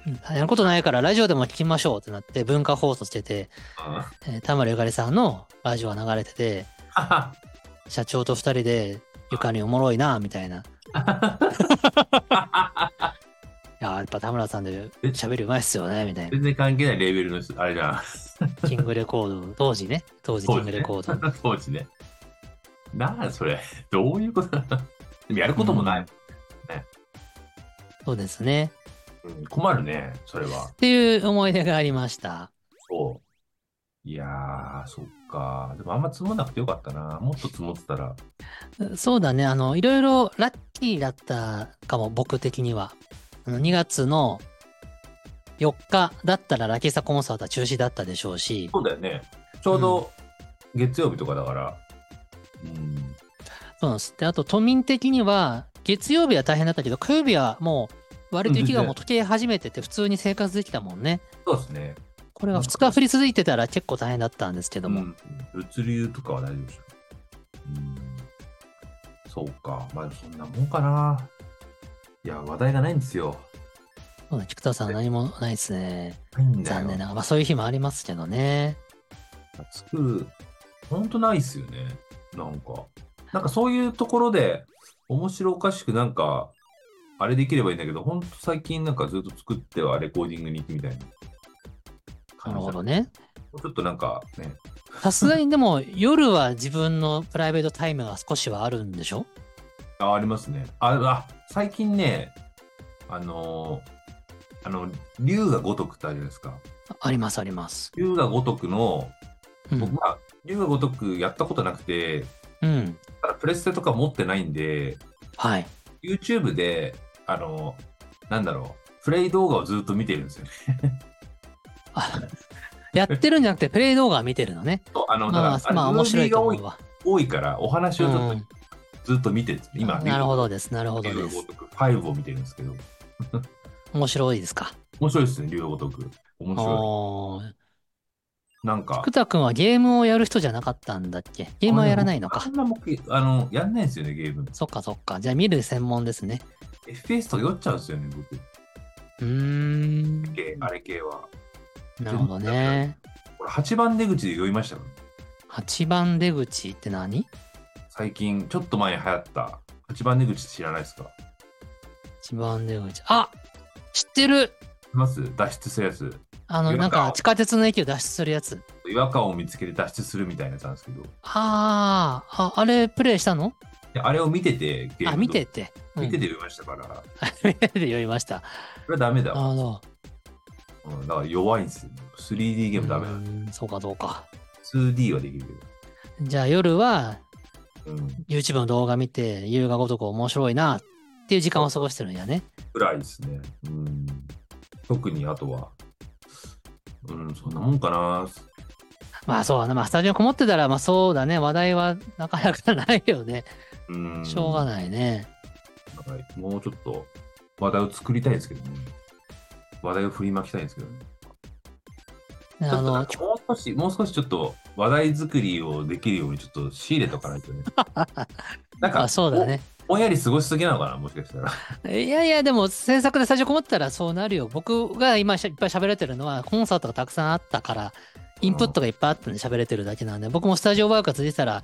Speaker 1: うんやることないからラジオでも聞きましょうってなって文化放送してて、
Speaker 2: うん
Speaker 1: え
Speaker 2: [laughs]
Speaker 1: ー田村ゆかりさんのラジオが流れてて社長と二人で床におもろいなみた [laughs] いな。いややっぱ田村さんで喋るうまいっすよねみたいな。
Speaker 2: 全然関係ないレベルの人あ
Speaker 1: [laughs]
Speaker 2: れじゃん。
Speaker 1: キングレコード、当時ね、当時キ
Speaker 2: 当
Speaker 1: ン
Speaker 2: 時
Speaker 1: グ
Speaker 2: ね [laughs]
Speaker 1: レコード。
Speaker 2: 当時ね。なあ、それ。どういうことなのでもやることもない。
Speaker 1: そうですね。
Speaker 2: うん困るね、それは
Speaker 1: っ。ていう思い出がありました。
Speaker 2: そう。いやー、そっか。でもあんま積もんなくてよかったな。もっと積もってたら。
Speaker 1: そうだね、あの、いろいろラッキーだったかも、僕的には。あの2月の4日だったらラッキーサコンサートは中止だったでしょうし、
Speaker 2: そうだよね。ちょうど月曜日とかだから。うん。
Speaker 1: そうなんです。で、あと都民的には、月曜日は大変だったけど、火曜日はもう、割と雪がもう溶け始めてて、普通に生活できたもんね。
Speaker 2: そうですね。
Speaker 1: これが2日降り続いてたら結構大変だったんですけども。
Speaker 2: うん、物流とかは大丈夫でした。うん。そうか。まあでもそんなもんかな。いや、話題がないんですよ。
Speaker 1: そうだ、菊田さん何もないですね。
Speaker 2: ないんだよ。
Speaker 1: 残念ながら。まあそういう日もありますけどね。
Speaker 2: 作る、ほんとないっすよね。なんか。なんかそういうところで、面白おかしくなんか、あれできればいいんだけど、ほんと最近なんかずっと作ってはレコーディングに行くみたいな。
Speaker 1: なるほど
Speaker 2: ね。
Speaker 1: ね。
Speaker 2: ちょっとなんかね、
Speaker 1: さすがにでも、夜は自分のプライベートタイムが少しはあるんでしょ
Speaker 2: あ、ありますね。あ、あ最近ね、あのーあの、竜が如くってあるじゃないですか。
Speaker 1: ありますあります。
Speaker 2: 竜が如くの、
Speaker 1: うん。
Speaker 2: 僕は竜が如くやったことなくて、
Speaker 1: うん
Speaker 2: ただプレステとか持ってないんで、
Speaker 1: はい。
Speaker 2: YouTube で、あのーなんだろう、プレイ動画をずっと見てるんですよね。
Speaker 1: あやってるんじゃなくて、プレイ動画見てるのね。
Speaker 2: そうあの、
Speaker 1: ま
Speaker 2: だ
Speaker 1: あ
Speaker 2: から、
Speaker 1: まあ
Speaker 2: あの
Speaker 1: 面白いと
Speaker 2: ムー
Speaker 1: 思
Speaker 2: ビー
Speaker 1: う
Speaker 2: が
Speaker 1: わ。
Speaker 2: 多い多いから、お話をちょっと、
Speaker 1: うん
Speaker 2: ずっと見てるんですね。今、
Speaker 1: なるほどです。なるほど
Speaker 2: 竜が
Speaker 1: で
Speaker 2: 如
Speaker 1: す。
Speaker 2: く5を見てるんですけど、
Speaker 1: 面白いですか。
Speaker 2: 面白いですね、竜が如く。面白
Speaker 1: おー
Speaker 2: い。なんか
Speaker 1: 福。田君はゲームをやる人じゃなかったんだっけゲームはやらないの
Speaker 2: あ
Speaker 1: か
Speaker 2: ん。な僕、あの、やんないんですよね、ゲーム。
Speaker 1: そっかそっか。じゃあ見る専門ですね。
Speaker 2: FPS とか酔っちゃうんですよね、僕。
Speaker 1: うーん。
Speaker 2: 系あれ系は。
Speaker 1: なるほどね。
Speaker 2: これ8番出口で酔いましたからね
Speaker 1: 8番出口って何
Speaker 2: 最近、ちょっと前に流行った。8番出口知らないですか
Speaker 1: ?8 番出口。あ知ってる
Speaker 2: います脱出するやつ。
Speaker 1: あの、
Speaker 2: 違和感
Speaker 1: なんか地下鉄の駅を脱出するやつ。
Speaker 2: 違和感を見つけて脱出するみたいなやつなんですけど。
Speaker 1: あーあ、あれプレイしたの
Speaker 2: であれを見てて、ゲームの
Speaker 1: あ、見てて。うん
Speaker 2: 見てて酔いましたから。
Speaker 1: 見てて酔いま
Speaker 2: [laughs]
Speaker 1: した。
Speaker 2: これはダメだ
Speaker 1: なるほ
Speaker 2: わ。
Speaker 1: ど。
Speaker 2: うん、だから弱いんですよ。3D ゲームダメだ。
Speaker 1: うーんそうかどうか。
Speaker 2: 2D はできるけ
Speaker 1: じゃあ夜は
Speaker 2: ど。うん。
Speaker 1: YouTube の動画見て、優雅ごとく面白いなっていう時間を過ごしてるんやね。
Speaker 2: 暗いですね。うん。特にあとは。うん、そんなもんかな。
Speaker 1: まあそうだね。まあスタジオこもってたら、まあそうだね。話題はなかなかないよね。
Speaker 2: うん
Speaker 1: しょうがないね。
Speaker 2: はいもうちょっと話題を作りたいですけどね。話題を振りまきたいんですけどね。
Speaker 1: ねあ
Speaker 2: ちょっとな
Speaker 1: の
Speaker 2: ん、かもう少し、もう少しちょっと話題作りをできるようにちょっと仕入れとかな
Speaker 1: [laughs]
Speaker 2: いとね。なんか
Speaker 1: あ、そうだね。
Speaker 2: ぼんやり過ごしすぎなのかな、もしかしたら。 [laughs]
Speaker 1: いやいや、でも制作で最初困ったらそうなるよ。僕が今しゃいっぱい喋れてるのはコンサートがたくさんあったから、インプットがいっぱいあったんで喋れてるだけなんで、僕もスタジオワークが続いてたら、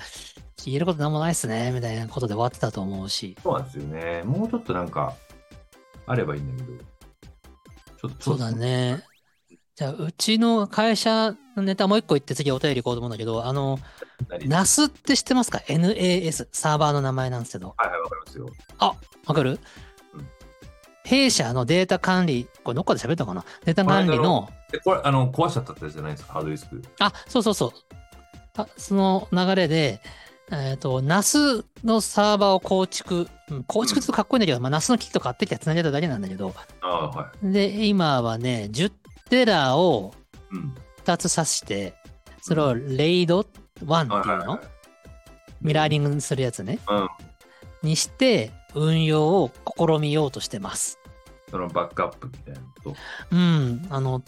Speaker 1: 言えることなんもないっすね、みたいなことで終わってたと思うし。
Speaker 2: そうなんですよね。もうちょっとなんか、あればいいんだけど。ちょっと
Speaker 1: そうだ。ね。じゃあ、うちの会社のネタもう一個言って次お便り行こうと思うんだけど、あの、
Speaker 2: なりはい
Speaker 1: NAS って知ってますか ?NAS、サーバーの名前なんですけど。
Speaker 2: はい、わかりますよ。
Speaker 1: わかる
Speaker 2: うん
Speaker 1: 弊社のデータ管理、これどっかで喋ったかなデータ管理
Speaker 2: これだ
Speaker 1: の
Speaker 2: ろ、で、これ、あの、壊しちゃったってやつじゃないですか、ハードディスク。
Speaker 1: あ、そうそうそう。あその流れで、えっ、と、NAS のサーバーを構築、うん構築って言うとかっこいいんだけど、まあ、NAS の機器とか買ってきて繋げただけなんだけど、
Speaker 2: ああ、は
Speaker 1: で、今はね、10テラを
Speaker 2: い。うん。
Speaker 1: 2つ挿して、それをレイド1っていうの、
Speaker 2: はいはいはい
Speaker 1: ミラーリングするやつね。
Speaker 2: うん
Speaker 1: にして、運用を試みようとしてます。
Speaker 2: そのバックアップみたいなこと。
Speaker 1: うん、あの、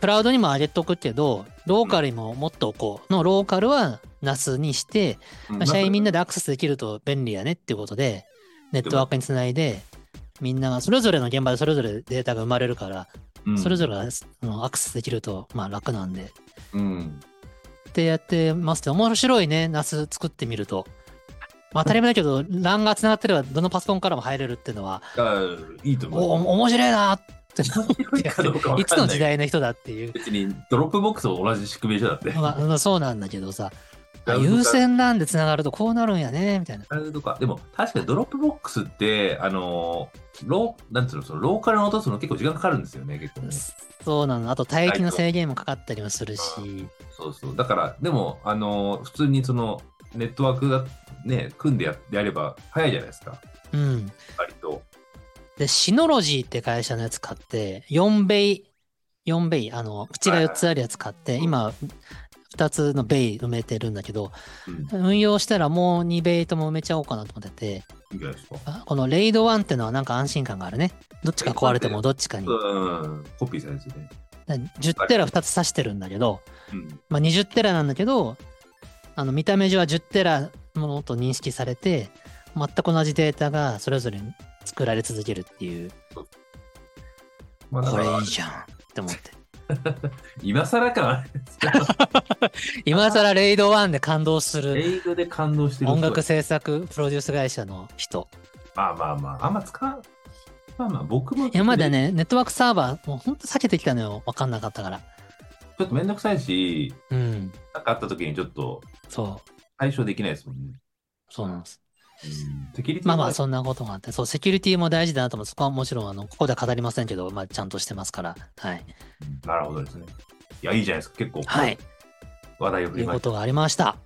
Speaker 1: クラウドにも上げとくけど、ローカルにももっと置こうのローカルは NAS にして、
Speaker 2: うん
Speaker 1: まあ社員みんなでアクセスできると便利やねっていうことで、ネットワークにつないで、みんながそれぞれの現場でそれぞれデータが生まれるから、
Speaker 2: うん
Speaker 1: それぞれがあのアクセスできるとまあ楽なんで、
Speaker 2: うん。
Speaker 1: ってやってますって面白いね、NAS 作ってみると。まあ当たり前だけど、LAN が繋がってればどのパソコンからも入れるっていうのは、
Speaker 2: あいいと思
Speaker 1: お、お
Speaker 2: う。
Speaker 1: 面白いなーって。
Speaker 2: [laughs] 白いかどうかわかんない
Speaker 1: いつの時代の人だっていう。
Speaker 2: 別にドロップボックスも同じ仕組みでしょだって。 [laughs]
Speaker 1: まあまあ、そうなんだけどさ、
Speaker 2: ラ
Speaker 1: あ
Speaker 2: ウンド
Speaker 1: 優先なんでつながるとこうなるんやね、みたいな。
Speaker 2: あれとか、でも確かにドロップボックスって、あのーロー、なんつうの、そのローカルの落とすの結構時間かかるんですよね、結構ね。
Speaker 1: そうなの。あと、待機の制限もかかったりもするし、
Speaker 2: そうそう。だから、でも、あのー普通にその、ネットワークがね、組んでややれば早いじゃないですか、
Speaker 1: うん。
Speaker 2: 割と。
Speaker 1: で、シノロジーって会社のやつ買って、4ベイ、4ベイ、あの、口が4つあるやつ買って、
Speaker 2: いはい
Speaker 1: 今、2つのベイ埋めてるんだけど、
Speaker 2: うん。
Speaker 1: 運用したらもう2ベイとも埋めちゃおうかなと思ってて、
Speaker 2: いいんじゃないですか。
Speaker 1: あこのレイド1ってのはなんか安心感があるね。どっちが壊れてもどっちかに。
Speaker 2: うん。コピーされてね。
Speaker 1: だから10テラ2つ挿してるんだけど、
Speaker 2: うん。
Speaker 1: まあ、20テラなんだけど、あの見た目上は10テラものと認識されて、全く同じデータがそれぞれ作られ続けるっていう、
Speaker 2: まあ、だ
Speaker 1: こ
Speaker 2: か
Speaker 1: れ
Speaker 2: ら
Speaker 1: いい、じゃんって思って。
Speaker 2: 今更かあれですけど
Speaker 1: [laughs] 今更レイド1で感動する
Speaker 2: 英語で感動してる人
Speaker 1: 音楽制作プロデュース会社の人。
Speaker 2: まあまあまあ、あんま使わまあまあ、僕も。
Speaker 1: 今まで。ね、ネットワークサーバー、もうほんと避けてきたのよ。わかんなかったから。
Speaker 2: ちょっとめんどくさいし、
Speaker 1: うん。
Speaker 2: なんかあった時にちょっと
Speaker 1: そう。
Speaker 2: 対処できないですもんね。
Speaker 1: そうなんです。
Speaker 2: うんセキュリティ
Speaker 1: まあま
Speaker 2: も
Speaker 1: あ、そんなことがあって、そう、セキュリティも大事だなと思う。そこはもちろん、あの、ここでは語りませんけど、まあ、ちゃんとしてますから。はい。
Speaker 2: なるほどですね。いや、いいじゃないですか。結構、
Speaker 1: はい。
Speaker 2: 話題を振
Speaker 1: とい
Speaker 2: り
Speaker 1: う
Speaker 2: ま
Speaker 1: こ
Speaker 2: した。
Speaker 1: とがありました。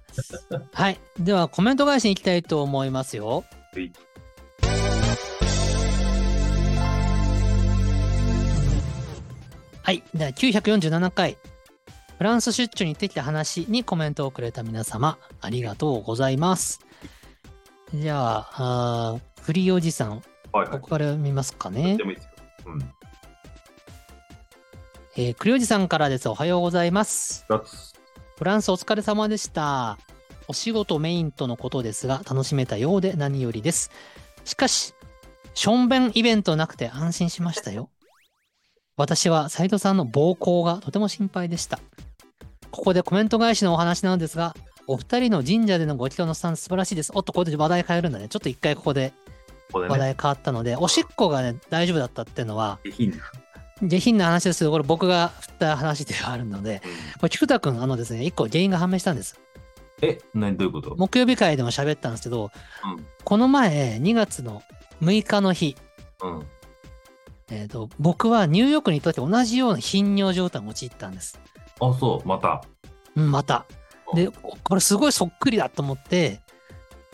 Speaker 1: はい。では、コメント返しに行きたいと思いますよ。
Speaker 2: はい
Speaker 1: はい。では、947回。フランス出張に行ってきた話にコメントをくれた皆様、ありがとうございます。じゃあ、あーフリーおじさん、
Speaker 2: はいは
Speaker 1: こ
Speaker 2: い
Speaker 1: こから見ますか
Speaker 2: とっ
Speaker 1: ね
Speaker 2: て。もいいですよ。うん。
Speaker 1: えー、クリおじさんからです。おはようございます。
Speaker 2: 二つ。
Speaker 1: フランスお疲れ様でした。お仕事メインとのことですが、楽しめたようで何よりです。しかし、ションベンイベントなくて安心しましたよ。私は斉藤さんの暴行がとても心配でした。ここでコメント返しのお話なのですが、お二人の神社でのご祈祷のスタンス素晴らしいです。おっと、ここで話題変えるんだね。ちょっと一回ここで
Speaker 2: ここ
Speaker 1: 話
Speaker 2: でね。
Speaker 1: 題変わったので、おしっこがね、大丈夫だったっていうのは、
Speaker 2: できんな
Speaker 1: 下品な話ですけど、これ僕が振った話ではあるので、これ菊田君、あのですね、一個原因が判明したんです。
Speaker 2: え、何どういうこと
Speaker 1: 木曜日会でも喋ったんですけど、
Speaker 2: うん
Speaker 1: この前2月の6日の日、
Speaker 2: うん。
Speaker 1: えー、と僕はニューヨークに行った時同じような頻尿状態に陥ったんです、
Speaker 2: あ、そう、また。
Speaker 1: うん、またでこれすごいそっくりだと思って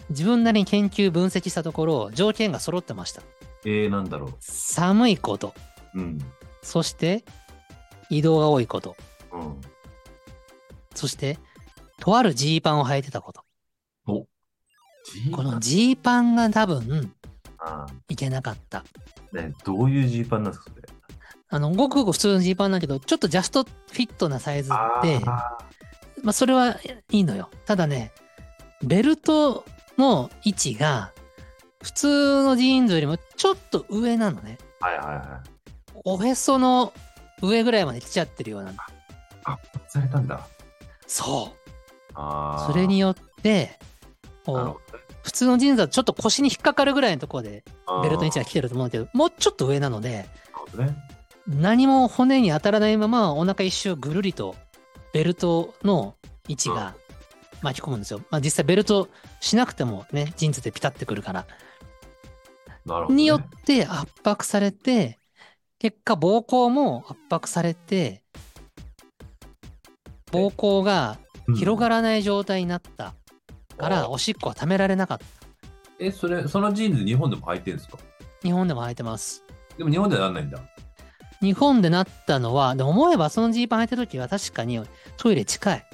Speaker 1: 自分なりに研究分析したところ条件が揃ってました
Speaker 2: えー、なんだろ
Speaker 1: 寒いこと
Speaker 2: う。うん。
Speaker 1: そして移動が多いこと
Speaker 2: うん。
Speaker 1: そしてとあるジーパンを履いてたこと
Speaker 2: おジー
Speaker 1: こ
Speaker 2: パ
Speaker 1: の
Speaker 2: ン
Speaker 1: ジーパンが多分
Speaker 2: あ
Speaker 1: いけなかった。
Speaker 2: ーね、どういうジーパンなんですか、それ。
Speaker 1: あの、ごくごく普通のジーパンだけど、ちょっとジャストフィットなサイズで、
Speaker 2: あ
Speaker 1: まあ、それはいいのよ。ただね、ベルトの位置が、普通のジーンズよりもちょっと上なのね。
Speaker 2: ーはいはいはい。
Speaker 1: おへその上ぐらいまで来ちゃってるような。
Speaker 2: されたんだ。
Speaker 1: そう。
Speaker 2: あー
Speaker 1: それによって、こう
Speaker 2: なるほどね
Speaker 1: 普通のジーンズはちょっと腰に引っかかるぐらいのところで
Speaker 2: あー
Speaker 1: ベルトの位置が来てると思うんだけど、もうちょっと上なので、
Speaker 2: なるほどね。
Speaker 1: 何も骨に当たらないままお腹一周ぐるりとベルトの位置が巻き込むんですよ。まあ、実際ベルトしなくてもね、ジーンズでピタってくるから。
Speaker 2: なるほどね、
Speaker 1: によって圧迫されて、結果膀胱も圧迫されて、膀胱が広
Speaker 2: る
Speaker 1: がらない状態になったから、おしっこはためられなかった。
Speaker 2: え、それ、そのジーンズ日本でも履いてるんですか
Speaker 1: 日本でも履いてます。
Speaker 2: でも日本ではなんないんだ。
Speaker 1: 日本でなったのは、でも思えばそのジーパン履いた時は確かにトイレ近い。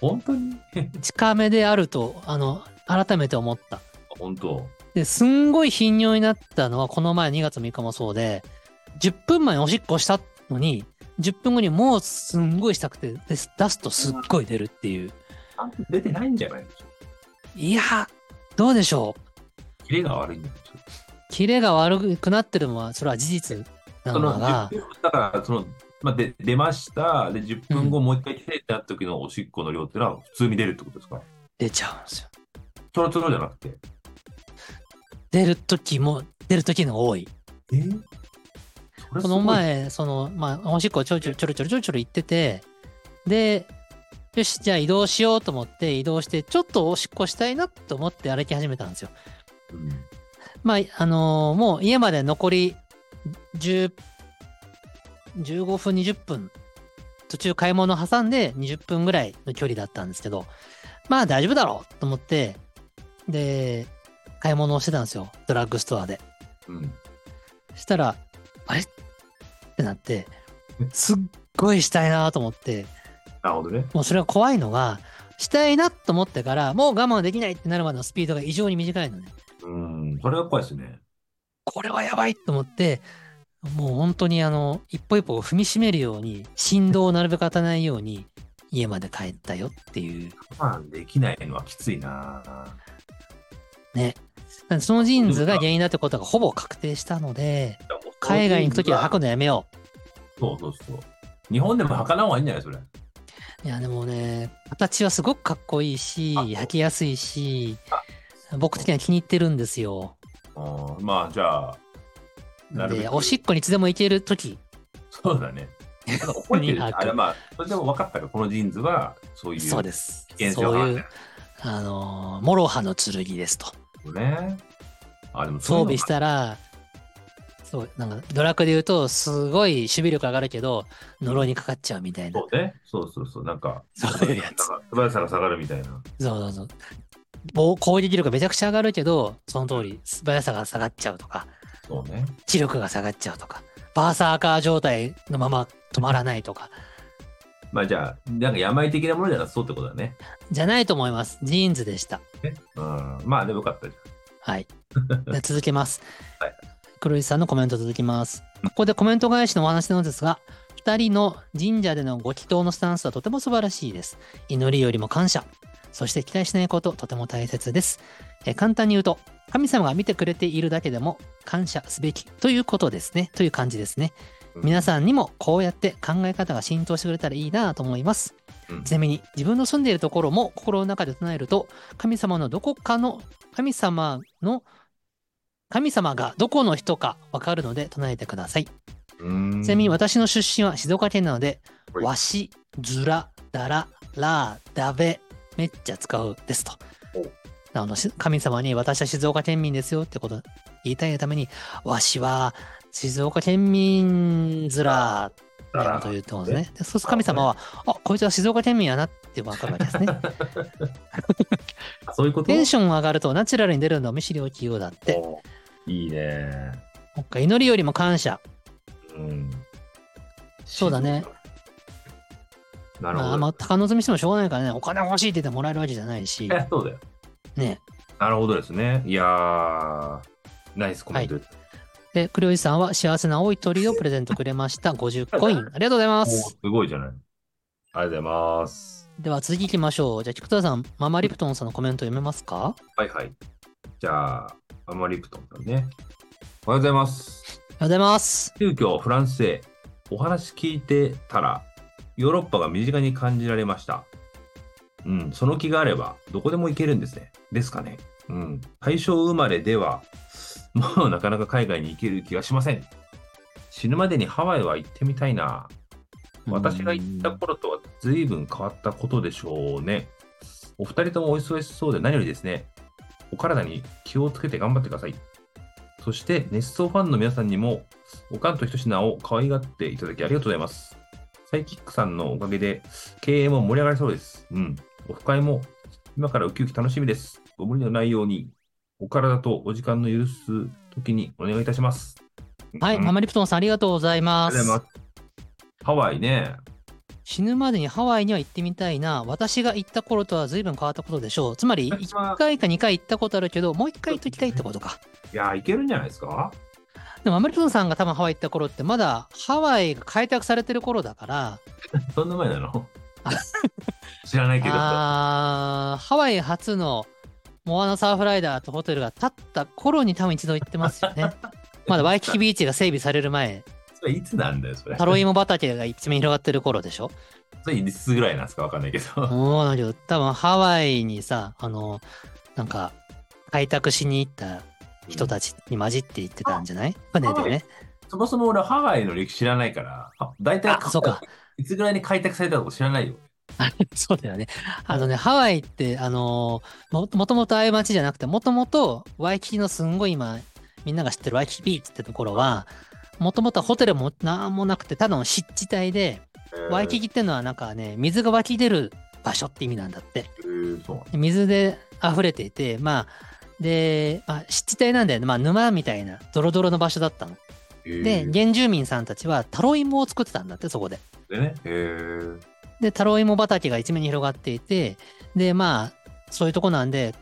Speaker 2: 本当に [laughs]
Speaker 1: 近めであると、あの、改めて思った。
Speaker 2: 本当。
Speaker 1: で、すんごい頻尿になったのは、この前2月3日もそうで、10分前におしっこしたのに、10分後にもうすんごいしたくて、で出すとすっごい出るっていう。
Speaker 2: 出てないんじゃないの
Speaker 1: いやー、どうでしょう。
Speaker 2: キレが悪いんじゃない
Speaker 1: キレが悪くなってるのは、それは事実な
Speaker 2: そ
Speaker 1: のだ
Speaker 2: の
Speaker 1: が
Speaker 2: 10、分だから、その、まあ、で出ました。で、10分後もう一回キレってなった時のおしっこの量ってのは普通に出るってことですか
Speaker 1: 出ちゃうんですよ。
Speaker 2: トロトロじゃなくて。
Speaker 1: 出る時も、出る時の方が多い。
Speaker 2: えーそれす
Speaker 1: こ
Speaker 2: ごい
Speaker 1: の。前、その、まあ、おしっこちょろちょろちょろちょろちょろちょろ行ってて、で、よし、じゃあ移動しようと思って移動して、ちょっとおしっこしたいなと思って歩き始めたんですよ。
Speaker 2: うん
Speaker 1: まあ、あのーもう家まで残り10 15分、20分、途中買い物挟んで20分ぐらいの距離だったんですけど、まあ大丈夫だろうと思って、で、買い物をしてたんですよ。ドラッグストアで。
Speaker 2: うん。
Speaker 1: したら、あれってなって、すっごいしたいなと思って、
Speaker 2: なるほどね。
Speaker 1: もうそれが怖いのが、したいなと思ってから、もう我慢できないってなるまでのスピードが異常に短いのね。
Speaker 2: うん。それが怖いですね。
Speaker 1: これはやばいと思って、もう本当にあの、一歩一歩踏みしめるように、振動をなるべく与えないように、家まで帰ったよっていう。
Speaker 2: 我慢できないのはきついな。
Speaker 1: なんでそのジーンズが原因だってことがほぼ確定したので、海外に行くときは履くのやめよ
Speaker 2: そうそうそう。日本でも履かない方がいいんじゃないそれ。
Speaker 1: う。いや、でもね、形はすごくかっこいいし、
Speaker 2: あ
Speaker 1: 履きやすいし
Speaker 2: あ、
Speaker 1: 僕的には気に入ってるんですよ。
Speaker 2: うんまあじゃあ、なるべ
Speaker 1: で、
Speaker 2: く
Speaker 1: おしっこにいつでも行けるとき、
Speaker 2: そうだね。ただ覚えてる
Speaker 1: 二泊
Speaker 2: あれまあ、それでも分かったから、このジーンズはそういう
Speaker 1: そうです
Speaker 2: 危。険性
Speaker 1: そ
Speaker 2: を
Speaker 1: う
Speaker 2: 感
Speaker 1: い
Speaker 2: じ
Speaker 1: う、あのー、もろはの剣ですと。
Speaker 2: るね。あ、でもそう
Speaker 1: 装
Speaker 2: いう
Speaker 1: 備
Speaker 2: の
Speaker 1: したら、そう、なんか、ドラクエで言うと、すごい守備力上がるけど、呪いにかかっちゃうみたいな。
Speaker 2: そうね。そうそうそう。なんか、
Speaker 1: そういうやつ
Speaker 2: なんか素早さが下がるみたいな。
Speaker 1: そうそうそう。防攻撃力めちゃくちゃ上がるけど、その通り、素早さが下がっちゃうとか、
Speaker 2: そうね。
Speaker 1: 知力が下がっちゃうとか、バーサーカー状態のまま止まらないとか、
Speaker 2: まあじゃあ、なんか病的なものじゃなさそうってことだね。
Speaker 1: じゃないと思います。ジーンズでした。
Speaker 2: ねうん。まあでもよかったじ [laughs]
Speaker 1: はい。じゃあ続けます。
Speaker 2: はい
Speaker 1: 黒石さんのコメント続きます。ここでコメント返しのお話なのですが、2人の神社でのご祈祷のスタンスはとても素晴らしいです。祈りよりも感謝。そして期待しないこと、とても大切です。えー簡単に言うと、神様が見てくれているだけでも感謝すべきということですね。という感じですね。
Speaker 2: ゃん。
Speaker 1: 皆さんにもこうやって考え方が浸透してくれたらいいなと思います。
Speaker 2: うん
Speaker 1: ちなみに自分の住んでいるところも心の中で唱えると神様のどこかの神様の神様がどこの人かわかるので唱えてください。
Speaker 2: うん
Speaker 1: ちなみに私の出身は静岡県なので、
Speaker 2: はい
Speaker 1: わし、ずら、だら、ら、だべ、めっちゃ使うですと
Speaker 2: お。
Speaker 1: あのし神様に私は静岡県民ですよってことを言いたいがために、わしは静岡県民ずらみたいなことを言ってますね。でそうすると神様は、あこいつは静岡県民やなって分かるわけ
Speaker 2: [laughs]
Speaker 1: ですね。
Speaker 2: あそういうこと
Speaker 1: テンション上がるとナチュラルに出るの見知りおきようだって。
Speaker 2: おいいね。
Speaker 1: なんか祈りよりも感謝。
Speaker 2: うん。
Speaker 1: そうだね。
Speaker 2: なるほ
Speaker 1: まあ、
Speaker 2: ど。
Speaker 1: まあ、高望みしてもしょうがないからね、お金欲しいって言ってもらえるわけじゃない
Speaker 2: [laughs]
Speaker 1: し、
Speaker 2: え、そうだよ。
Speaker 1: ね。
Speaker 2: なるほどですね。いやー、ナイスコメントです。
Speaker 1: で、黒井さんは幸せな青い鳥をプレゼントくれました。50コイン。ありがとうございま
Speaker 2: お
Speaker 1: す。
Speaker 2: すごいじゃない。ありがとうございます。
Speaker 1: では次行きましょう。じゃあ、菊田さん、ママリプトンさんのコメント読めますか
Speaker 2: はいはい。じゃあ、アマリプトンさんね。おはようございます。
Speaker 1: ありがとうございます。
Speaker 2: 急遽フランスへお話聞いてたら、ヨーロッパが身近に感じられました。うん、その気があれば、どこでも行けるんですね。ですかね。うん。大正生まれでは、 [laughs] もうなかなか海外に行ける気がしません。死ぬまでにハワイは行ってみたいな。私が行った頃とは随分変わったことでしょうね。お二人ともお忙しそうで何よりですね。お体に気をつけて頑張ってください。そして、熱奏ファンの皆さんにも、おかんと一品を可愛がっていただきありがとうございます。サイキックさんのおかげで、経営も盛り上がりそうです。うん。オフ会も、今からウキウキ楽しみです。ご無理のないように、お体とお時間の許す時にお願いいたします。
Speaker 1: はい、
Speaker 2: うん
Speaker 1: ママリプトンさんありがとうござい
Speaker 2: あ
Speaker 1: ま
Speaker 2: りがとうござい
Speaker 1: す。
Speaker 2: ます。ハワイね。
Speaker 1: 死ぬまでにハワイには行ってみたいな。私が行った頃とは随分変わったことでしょう。つまり、
Speaker 2: 私は
Speaker 1: 1回か2回行ったことあるけど、もう1回行っときたいってことか。
Speaker 2: いや、いけるんじゃないですか
Speaker 1: でも、ママリプトンさんが多分ハワイ行った頃って、まだハワイが開拓されてる頃だから、
Speaker 2: そんな前なの
Speaker 1: あ
Speaker 2: 知らないけど。
Speaker 1: あーハワイ初のモアナサーフライダーとホテルが建った頃に多分一度行ってますよ
Speaker 2: [laughs]
Speaker 1: ね。まだワイキキビーチが整備される前、
Speaker 2: それいつなんだよ、それ。
Speaker 1: タロイモ畑が一面広がってる頃でしょ。
Speaker 2: それいつぐらいなんですかわかんないけど。
Speaker 1: もうだけど多分ハワイにさあのなんか開拓しに行った人たちに混じって行ってたんじゃない船でね。
Speaker 2: そもそも俺、ハワイの歴史知らないから、あ大体
Speaker 1: あ、そうか。
Speaker 2: いつぐらいに開拓されたのか知らないよ。
Speaker 1: [laughs] そうだよね。あのねハワイってあのももともとああいう街じゃなくてもともとワイキキのすんごい今みんなが知ってるワイキキビーチってところはもともとホテルもなんもなくてただの湿地帯でワイキ
Speaker 2: キ。
Speaker 1: キってのはなんかね水が湧き出る場所って意味なんだって。
Speaker 2: えーそうなんだ
Speaker 1: 水で溢れていてまあで、まあ、湿地帯なんだよね、まあ、沼みたいなドロドロの場所だったの。
Speaker 2: えー
Speaker 1: で原住民さんたちはタロイモを作ってたんだってそこで。
Speaker 2: でね。えー
Speaker 1: でタロイモ畑が一面に広がっていてでまあそういうとこなんで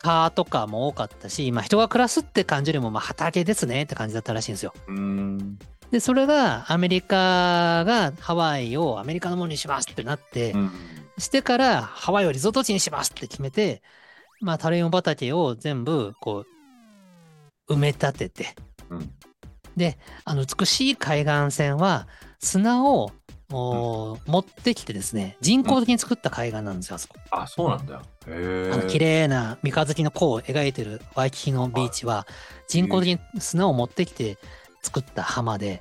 Speaker 1: 蚊とかも多かったし、まあ、人が暮らすって感じよりもまあ畑ですねって感じだったらしいんですよ。
Speaker 2: うーん。
Speaker 1: でそれがアメリカがハワイをアメリカのものにしますってなって。
Speaker 2: うん
Speaker 1: してからハワイをリゾート地にしますって決めて、まあ、タレイモ畑を全部こう埋め立てて
Speaker 2: うん
Speaker 1: あの美しい海岸線は砂をおー持ってきてですね人工的に作った海岸なんですよあそこ。
Speaker 2: あ、そうなんだよ。え
Speaker 1: あの
Speaker 2: ー
Speaker 1: 綺麗な三日月の弧を描いてるワイキキのビーチは人工的に砂を持ってきて作った浜で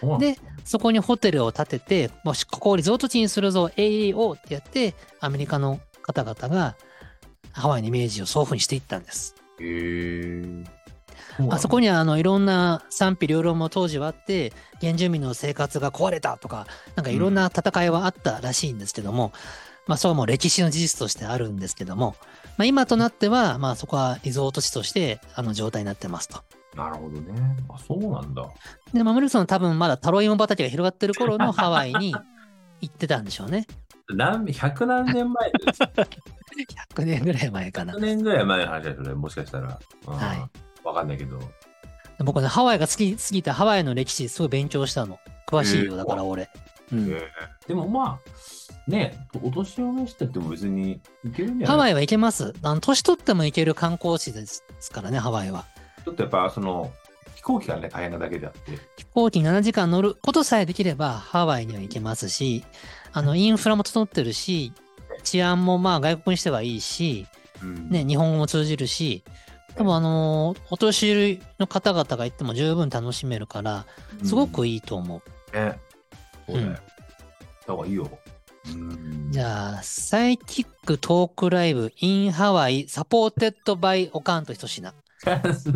Speaker 2: そうなんだ
Speaker 1: でそこにホテルを建ててもしここをリゾート地にするぞ AEO ってやってアメリカの方々がハワイのイメージをそういうふうにしていったんです
Speaker 2: えーうなんだ
Speaker 1: あそこにはあのいろんな賛否両論も当時はあって原住民の生活が壊れたとかなんかいろんな戦いはあったらしいんですけども、まあそれはもう歴史の事実としてあるんですけども、まあ、今となってはまあそこはリゾート地としてあの状態になってますと。
Speaker 2: なるほどね。あ、そうなんだ。
Speaker 1: でマムルさんは多分まだタロイモ畑が広がってる頃のハワイに行ってたんでしょうね。
Speaker 2: 何、百何年前です
Speaker 1: 100年ぐらい前かな
Speaker 2: 100。年ぐらい前の話ですよね、もしかしたら。うん
Speaker 1: は
Speaker 2: わかんないけど。
Speaker 1: 僕ね、ハワイが好きすぎてハワイの歴史すごい勉強したの。詳しいよ、
Speaker 2: えー
Speaker 1: だから俺。うん。
Speaker 2: えーでもまあ、ね、お年を召してっても別にいけるんじゃない
Speaker 1: ハワイは行けます。あの、年取っても行ける観光地ですですからね、ハワイは。
Speaker 2: ちょっとやっぱその、飛行機がね、大変なだけであって。
Speaker 1: 飛行機7時間乗ることさえできればハワイには行けますし、あの、インフラも整ってるし、治安もまあ外国にしてはいいし、
Speaker 2: うん
Speaker 1: ね、日本語も通じるし、多分あのーお年寄りの方々が行っても十分楽しめるから、
Speaker 2: うん
Speaker 1: すごくいいと思う。
Speaker 2: ね。そうだよ。
Speaker 1: うん
Speaker 2: だからいいよ。うん [laughs]
Speaker 1: じゃあ、サイキックトークライブ in ハワイサポーテッドバイオカントひと品。
Speaker 2: な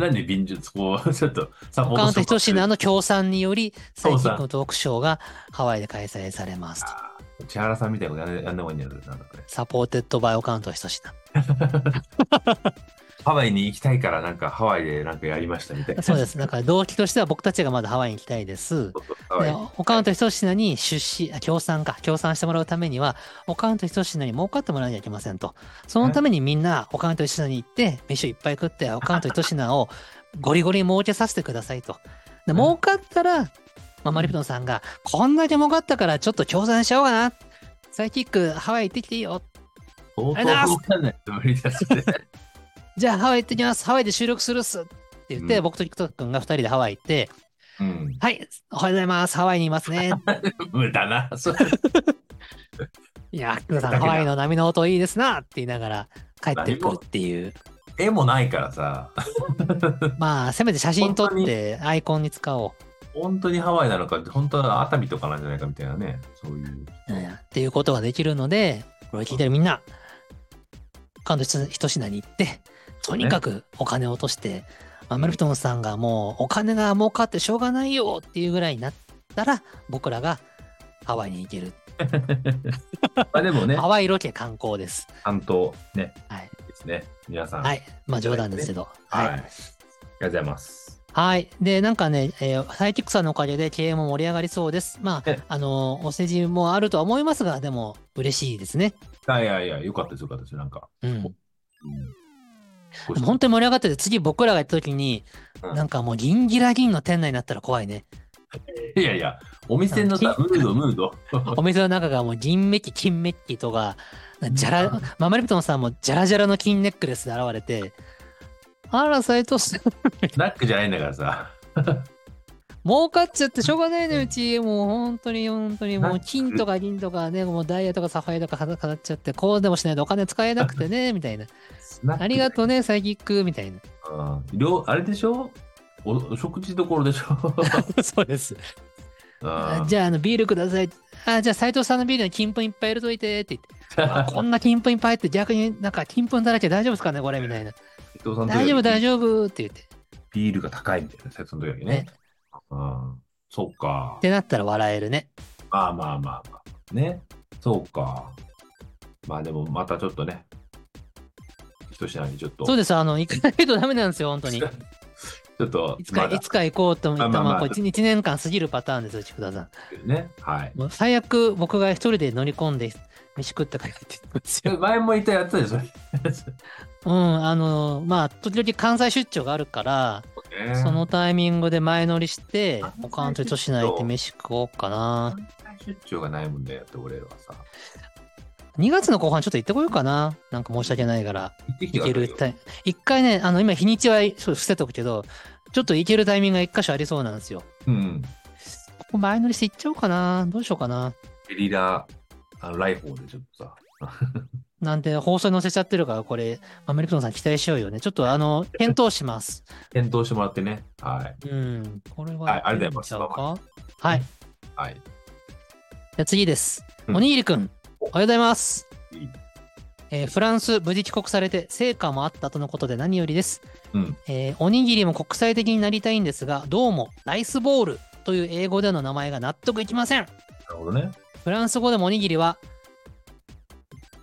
Speaker 2: んで便術こ [laughs] う、ちょっとサポ
Speaker 1: オ
Speaker 2: ート
Speaker 1: カン
Speaker 2: し
Speaker 1: トひ
Speaker 2: ようと
Speaker 1: と
Speaker 2: してる
Speaker 1: 品の協賛により、サイ
Speaker 2: 協
Speaker 1: キ
Speaker 2: 賛
Speaker 1: ックのトークショーがハワイで開催されますと。
Speaker 2: 千原さんみたいなことやんやんな方がいいんじゃないなんだこれ。
Speaker 1: サポーテッドバイオカントひと品。
Speaker 2: ハワイに行きたいから、なんかハワイでなんかやりましたみた
Speaker 1: [laughs]
Speaker 2: いな。
Speaker 1: そうです。だから動機としては僕たちがまだハワイに行きたいです。
Speaker 2: そうそうハワイ
Speaker 1: で他の人一品に出資、あ協賛か、協賛してもらうためには、他の人一品に儲かってもらわなきゃいけませんと。そのためにみんな、他の人一品に行って、飯をいっぱい食
Speaker 2: [laughs]
Speaker 1: って、他の人一品をゴリゴリ儲けさせてくださいと。で
Speaker 2: うん
Speaker 1: 儲かったら、まあ、マリプトンさんが、こんだけ儲かったからちょっと協賛しようかな。サイキック、ハワイ行ってきていいよ。
Speaker 2: 相
Speaker 1: ありが
Speaker 2: 当
Speaker 1: とう
Speaker 2: 動かないと無理だし
Speaker 1: [laughs]
Speaker 2: ね。
Speaker 1: じゃあハワイ行ってきます。ハワイで収録するっす。って言って、
Speaker 2: うん
Speaker 1: 僕とキクト君が2人でハワイ行って、
Speaker 2: うん。
Speaker 1: はい、おはようございます。ハワイにいますね。
Speaker 2: 無駄な。そう
Speaker 1: いや、クさ
Speaker 2: だけ
Speaker 1: ん、ハ
Speaker 2: だ
Speaker 1: ワイの波の音いいですなって言いながら帰ってくるっていう。
Speaker 2: 絵もないからさ、
Speaker 1: まあ、せめて写真撮
Speaker 2: 本当
Speaker 1: っ
Speaker 2: に
Speaker 1: てアイコンに使お
Speaker 2: 本当にハワイなのか、本当は熱海とかなんじゃないかみたいなね。そうい
Speaker 1: う、う
Speaker 2: う。
Speaker 1: んっていうことができるので、これを聞いてるみんな、関東一品に行って、とにかくお金を落として、まあ、マルフトンさんがもうお金が儲かってしょうがないよっていうぐらいになったら、僕らがハワイに行ける。
Speaker 2: まあでもね
Speaker 1: ハ、ワイロケ観光です。
Speaker 2: ちゃんとね、
Speaker 1: はい。
Speaker 2: ですね。皆さん。
Speaker 1: はい。まあ冗談ですけど。
Speaker 2: はい。あ
Speaker 1: はい
Speaker 2: りがとうございます。
Speaker 1: はい。で、なんかね、えーサイキックさんのおかげで経営も盛り上がりそうです。まあ
Speaker 2: え、
Speaker 1: あのーお世辞もあるとは思いますが、でも嬉しいですね。
Speaker 2: いやいやいや、よかったですよかったです。なんか。
Speaker 1: うん。
Speaker 2: お
Speaker 1: で
Speaker 2: うん
Speaker 1: も本当に盛り上がってて、次僕らが行った時に、
Speaker 2: うん
Speaker 1: なんかもう銀ギラ銀の店内になったら怖いね。
Speaker 2: いやいや、お店のさ、
Speaker 1: う
Speaker 2: ムード、ムード。
Speaker 1: お店の中がもう銀メッキ、金メッキとか、じゃ
Speaker 2: うん
Speaker 1: ら、ママリプトンさんもじゃらじゃらの金ネックレスで現れて、あら、斎藤さん、
Speaker 2: ナックじゃないんだからさ。
Speaker 1: 儲かっちゃってしょうがないのようち、もう本当に本当にもう金とか銀とかね、もうダイヤとかサファイアとか飾っちゃって、こうでもしないとお金使えなくてね、みたいな。ありがとうね、サイキック、みたいな。
Speaker 2: とうん。両あれでしょおお食事どころでしょ
Speaker 1: [laughs] そうです。
Speaker 2: う
Speaker 1: [laughs]
Speaker 2: ん
Speaker 1: じゃあ、あの、ビールください。あ、じゃあ、斎藤さんのビールに金粉いっぱい入れといて、って言って。あ [laughs] こんな金粉いっぱい入って、逆になんか金粉だらけ大丈夫ですかね、これ、みたいな。
Speaker 2: 伊藤さんの時
Speaker 1: 大丈夫、大
Speaker 2: 夫。
Speaker 1: 丈夫、って言って。
Speaker 2: ビールが高いみたいな、説の時だけね
Speaker 1: ね。
Speaker 2: うん。そっか
Speaker 1: っ。てなったら笑えるね。
Speaker 2: まあまあまあまあ。ね。そうか。まあでも、またちょっとね。一品にちょっと。
Speaker 1: そうです、あの、行かないとダメなんですよ、本 [laughs] 当に。
Speaker 2: ちょっと、
Speaker 1: いつか、
Speaker 2: まだ
Speaker 1: いつか行こうと思った
Speaker 2: まあまあ
Speaker 1: ま
Speaker 2: まあ
Speaker 1: あ、こう、1年間過ぎるパターンですよ、千田さん。
Speaker 2: ね。はい。
Speaker 1: もう最悪僕が一人で乗り込んで飯食ったからって言ってますよ。
Speaker 2: 前もいたやつでしょ。
Speaker 1: うん、あのまあ時々関西出張があるから、そのタイミングで前乗りして
Speaker 2: 関西出張
Speaker 1: 他の人としないで飯食おうかな。
Speaker 2: 出張がないもんだよって俺らはさ。
Speaker 1: 2月の後半ちょっと行ってこようかな。なんか申し訳ないから。
Speaker 2: 行ってきて
Speaker 1: 行
Speaker 2: く
Speaker 1: け
Speaker 2: だ
Speaker 1: る
Speaker 2: さ
Speaker 1: タ
Speaker 2: いよ
Speaker 1: イ一回ね、あの今日にちはそう伏せとくけど、ちょっと行けるタイミングが一箇所ありそうなんですよ。
Speaker 2: うん。
Speaker 1: ここ前乗りして行っちゃおうかな。どうしようかな。
Speaker 2: ゲリラ、あの、ライフォーでちょっとさ。
Speaker 1: なんで放送に載せちゃってるから、これ、マメリプトンさん期待しようよね。ちょっとあの、検討します。
Speaker 2: 検討してもらってね。は
Speaker 1: うん、これは、
Speaker 2: はいありがとうございます
Speaker 1: ます。はい、じ
Speaker 2: い。はい。
Speaker 1: ゃあ次です。
Speaker 2: うん
Speaker 1: おにぎりくん、おはようございます。
Speaker 2: いい
Speaker 1: えーフランス、無事帰国されて、成果もあったとのことで何よりです。
Speaker 2: うん
Speaker 1: えーおにぎりも国際的になりたいんですが、どうも、ライスボールという英語での名前が納得いきません。
Speaker 2: なるほどね。
Speaker 1: フランス語でもおにぎりは、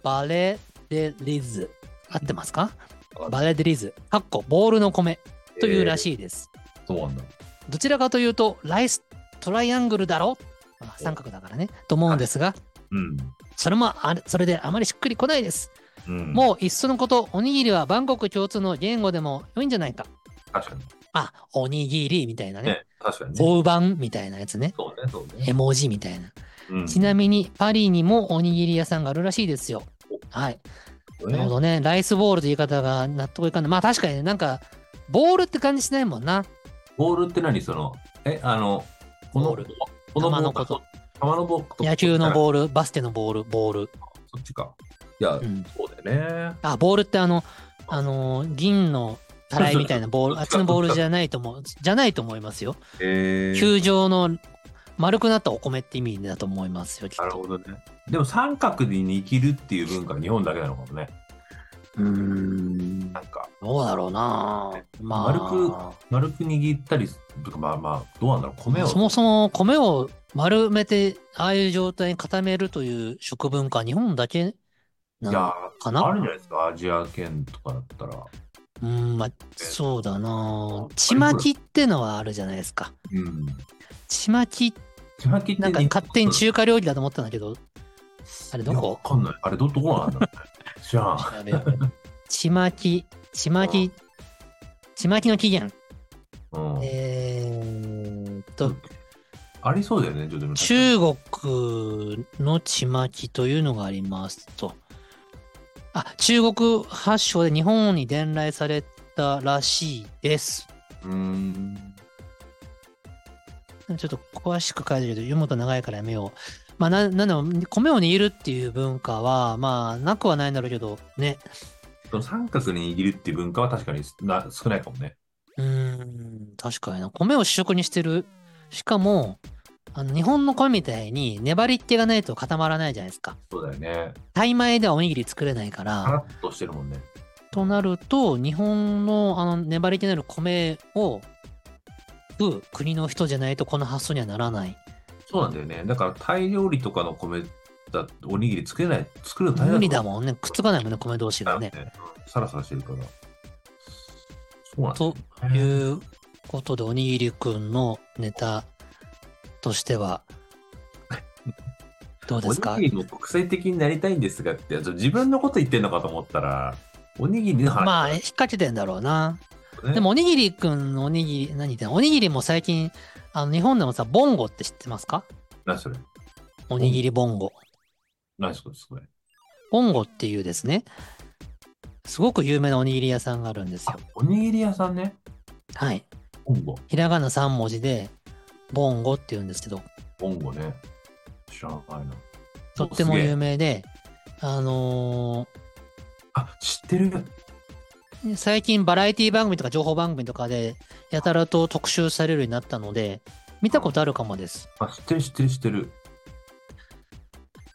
Speaker 1: バレデリズ。合ってますかバレデリズ。かっこ、ボールの米というら
Speaker 2: い。
Speaker 1: しいです。
Speaker 2: そうなんだ。
Speaker 1: どちらかというと、ライストライアングルだろまあ三角だからね、と思うんですが、
Speaker 2: うん。
Speaker 1: それもあれ、それであまりしっくりこないです。
Speaker 2: うん。
Speaker 1: もういっそのこと、おにぎりはバンコク共通の言語でも良いんじゃないか。
Speaker 2: 確かに。
Speaker 1: あ、おにぎりみたいなね。
Speaker 2: ね。確かにね。
Speaker 1: 大判みたいなやつね。
Speaker 2: そうね、そうね。
Speaker 1: 絵文字みたいな。
Speaker 2: うん
Speaker 1: ちなみに、パリにもおにぎり屋さんがあるらしいですよ。はい。なるほどね。ライスボールという言い方が納得いかない。まあ確かにね、なんか、ボールって感じしないもんな。
Speaker 2: ボールって何その、え、あの、この
Speaker 1: ボール、
Speaker 2: この
Speaker 1: 球のこと
Speaker 2: ボール。球のボールと。
Speaker 1: 野球の
Speaker 2: ール。
Speaker 1: ボール、バスケのボール、ボール。
Speaker 2: そっちか。いや
Speaker 1: う、ん。
Speaker 2: そうだよね。
Speaker 1: あ、ボールってあの、あのー銀のたらいみたい
Speaker 2: [laughs]
Speaker 1: なボール、あっちのボールじゃないと思う、じゃないと思いますよ。
Speaker 2: えー
Speaker 1: 球状の丸くなったお米って意味だと思いますよ、きっ
Speaker 2: なる
Speaker 1: と。
Speaker 2: ほどね。でも三角に握るっていう文化は日本だけなのかもね。
Speaker 1: うーん
Speaker 2: な。んか
Speaker 1: どうだろうなま
Speaker 2: 丸
Speaker 1: あ、
Speaker 2: 丸く握ったりとかまあまあどうなんだろう米を
Speaker 1: そもそも米を丸めて、ああいう状態に固めるという食文化、日本だけ
Speaker 2: い
Speaker 1: な
Speaker 2: や
Speaker 1: のか
Speaker 2: あ
Speaker 1: な
Speaker 2: るんじゃないですかアジア圏とかだったら。
Speaker 1: うん、まあ、そうだなちまきってのはあるじゃないですか。
Speaker 2: うん。
Speaker 1: ちまき、
Speaker 2: ちまきって
Speaker 1: なんか
Speaker 2: 日本
Speaker 1: 勝手に中華料理だと思ったんだけど、あれど
Speaker 2: いやわ
Speaker 1: こ
Speaker 2: かんない。あれど、どこなんだろうね知らん。
Speaker 1: 調べようちまき、ちまき、ちまきの起源。
Speaker 2: うん。
Speaker 1: えーっと、
Speaker 2: ありそうだよね、ちょっと今
Speaker 1: 中国のちまきというのがありますと。あ、中国発祥で日本に伝来されたらしいです。
Speaker 2: うーん。
Speaker 1: ちょっと詳しく書いてるけど、読むと長いからやめよう。まあ、な、なんでも、米を握るっていう文化は、まあ、なくはないんだろうけど、ね。
Speaker 2: その三角に握るっていう文化は確かにな少ないかもね。
Speaker 1: うーん、確かにな。米を主食にしてる。しかも、あの、日本の米みたいに粘りっ気がないと固まらないじゃないですか。
Speaker 2: そうだよね。
Speaker 1: タイ米ではおにぎり作れないから。
Speaker 2: カラッとしてるもんね。
Speaker 1: となると日本のあの粘り気のある米を食う国の人じゃないとこの発想にはならない
Speaker 2: そうなんだよね。だからタイ料理とかの米だおにぎり作れない、作るの大変
Speaker 1: 無理だ
Speaker 2: ん。
Speaker 1: もんねくっつかないもんね米同士
Speaker 2: だ
Speaker 1: がね
Speaker 2: よね。サラサラしてるから。そうなん
Speaker 1: と
Speaker 2: だよね、
Speaker 1: いうことでおにぎりくんのネタとしてはどうですか
Speaker 2: おにぎりも国際的になりたいんですがって、ちょ自分のこと言ってんのかと思ったら、おにぎりの話
Speaker 1: ま
Speaker 2: だ
Speaker 1: あ引っ掛けてんだろうな
Speaker 2: よね
Speaker 1: [laughs] でもおにぎりくんのおにぎり何言ってんのおにぎりも最近あの日本でもさボンゴって知ってますか
Speaker 2: 何それ
Speaker 1: おにぎりボンゴ
Speaker 2: 何それそれ
Speaker 1: ボンゴっていうですね、すごく有名なおにぎり屋さんがあるんですよ
Speaker 2: あ。、おにぎり屋さんね。
Speaker 1: はい。
Speaker 2: ボンゴ。
Speaker 1: ひらがな3文字で、ボンゴって言うんですけど、
Speaker 2: ボンゴね。知らないな。
Speaker 1: とっても
Speaker 2: すげえ
Speaker 1: 有名で、あの
Speaker 2: あ、知ってる。
Speaker 1: ー最近バラエティ番組とか情報番組とかで、やたらと特集されるようになったので、見たことあるかもです。
Speaker 2: あ、知ってる、知ってる、知ってる。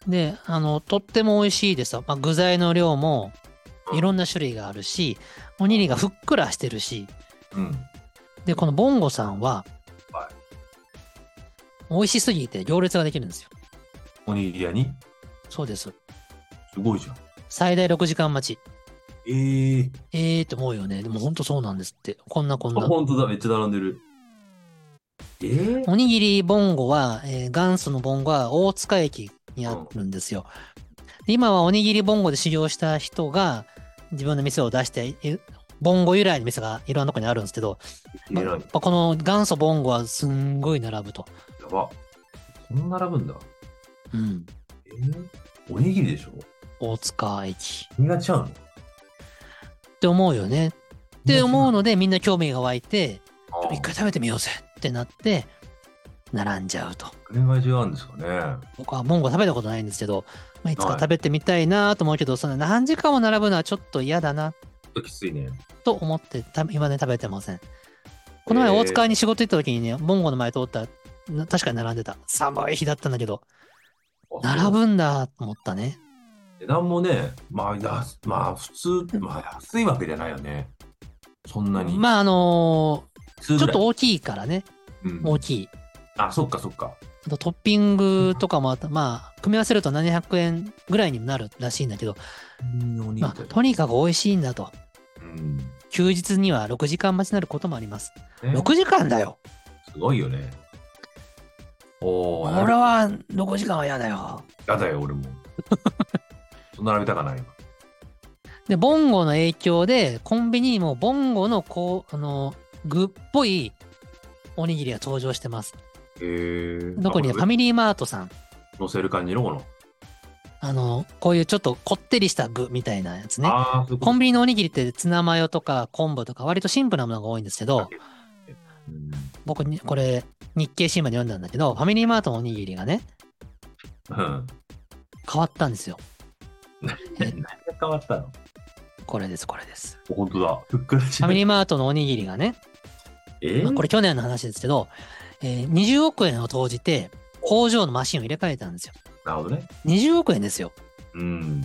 Speaker 1: で、あの、とっても美味しいですよ。まあ、具材の量も、いろんな種類があるし、おにぎりがふっくらしてるし、
Speaker 2: うん。
Speaker 1: で、このボンゴさんは
Speaker 2: は、
Speaker 1: 美味しすぎて行列ができるんですよ。
Speaker 2: おにぎり屋に。
Speaker 1: そうです。
Speaker 2: すごいじゃん。
Speaker 1: 最大6時間待ち。
Speaker 2: ええ
Speaker 1: ええーって思うよね。でもほんとそうなんですって。こんなこん
Speaker 2: あ、
Speaker 1: な。
Speaker 2: 本当だ、めっちゃ並んでる。ええ
Speaker 1: おにぎりボンゴは、えー元祖のボンゴは大塚駅にあるんですよ。で今はおにぎりボンゴで修行した人が自分の店を出して、えボンゴ由来の店がいろんなとこにあるんですけど、
Speaker 2: えら
Speaker 1: ま
Speaker 2: い。
Speaker 1: この元祖ボンゴはすんごい並ぶと。
Speaker 2: やば。こんな並ぶんだ。
Speaker 1: うん。
Speaker 2: ええおにぎりでしょ
Speaker 1: 大塚駅。
Speaker 2: みんな違うの
Speaker 1: って思うよね。って思うのでみんな興味が湧いて、
Speaker 2: あー
Speaker 1: 一回食べてみようぜってなって、並んじゃうと。
Speaker 2: これが違うんですかね。
Speaker 1: 僕はモンゴ食べたことないんですけど、まあ、いつか
Speaker 2: はい
Speaker 1: 食べてみたいなと思うけど、その何時間も並ぶのはちょっと嫌だな
Speaker 2: ちょっときついね。
Speaker 1: と思ってた今ね食べてません。この前
Speaker 2: えー
Speaker 1: 大塚に仕事行った時にね、モンゴの前通ったら、な確かに並んでた。寒い日だったんだけど、
Speaker 2: あ
Speaker 1: 並。ぶんだと思ったね。
Speaker 2: 値段もね、まあ、やすまあ、普通、まあ、安いわけじゃないよね。そんなに。
Speaker 1: まああの
Speaker 2: 普
Speaker 1: ーち
Speaker 2: 通ぐ
Speaker 1: ょっ
Speaker 2: らい
Speaker 1: と大きいからね、
Speaker 2: うん
Speaker 1: 大きい。
Speaker 2: あ、そっかそっか。
Speaker 1: あとトッピングとかもあった、まあ組み合わせると700円ぐらいになるらしいんだけど、
Speaker 2: おにぎ
Speaker 1: まあ
Speaker 2: りだよ
Speaker 1: とにかく美味しいんだと。
Speaker 2: うんね
Speaker 1: 休日には6時間待ちになることもあります。6時間だよ
Speaker 2: すごいよね。おお、や
Speaker 1: 俺は6時間は嫌だよ。
Speaker 2: だよ、俺も。 [laughs] そんな並びたかない。
Speaker 1: で、ボンゴの影響で、コンビニにもボンゴのこう、あの、具っぽいおにぎりが登場してます。
Speaker 2: えー、
Speaker 1: どこに
Speaker 2: あ
Speaker 1: ファミリーマートさん。
Speaker 2: 乗せる感じのこの。
Speaker 1: あの、こういうちょっとこってりした具みたいなやつね。
Speaker 2: ああ、そういう
Speaker 1: コ
Speaker 2: こ
Speaker 1: ンビニのおにぎりってツナマヨとか昆布とか割とシンプルなものが多いんですけど、
Speaker 2: とうん
Speaker 1: 僕にこれ日経新聞で読んだんだけど、ファミリーマートのおにぎりがね、
Speaker 2: うん。
Speaker 1: 変わったんですよ。
Speaker 2: 何が変わったの
Speaker 1: これです、これです。
Speaker 2: 本当だ。ふっくらし
Speaker 1: ファミリーマートのおにぎりがね、
Speaker 2: えー
Speaker 1: まあこれ去年の話ですけど、えー20億円を投じて工場のマシンを入れ替えたんですよ。
Speaker 2: なるほどね。
Speaker 1: 20億円ですよ。
Speaker 2: うん。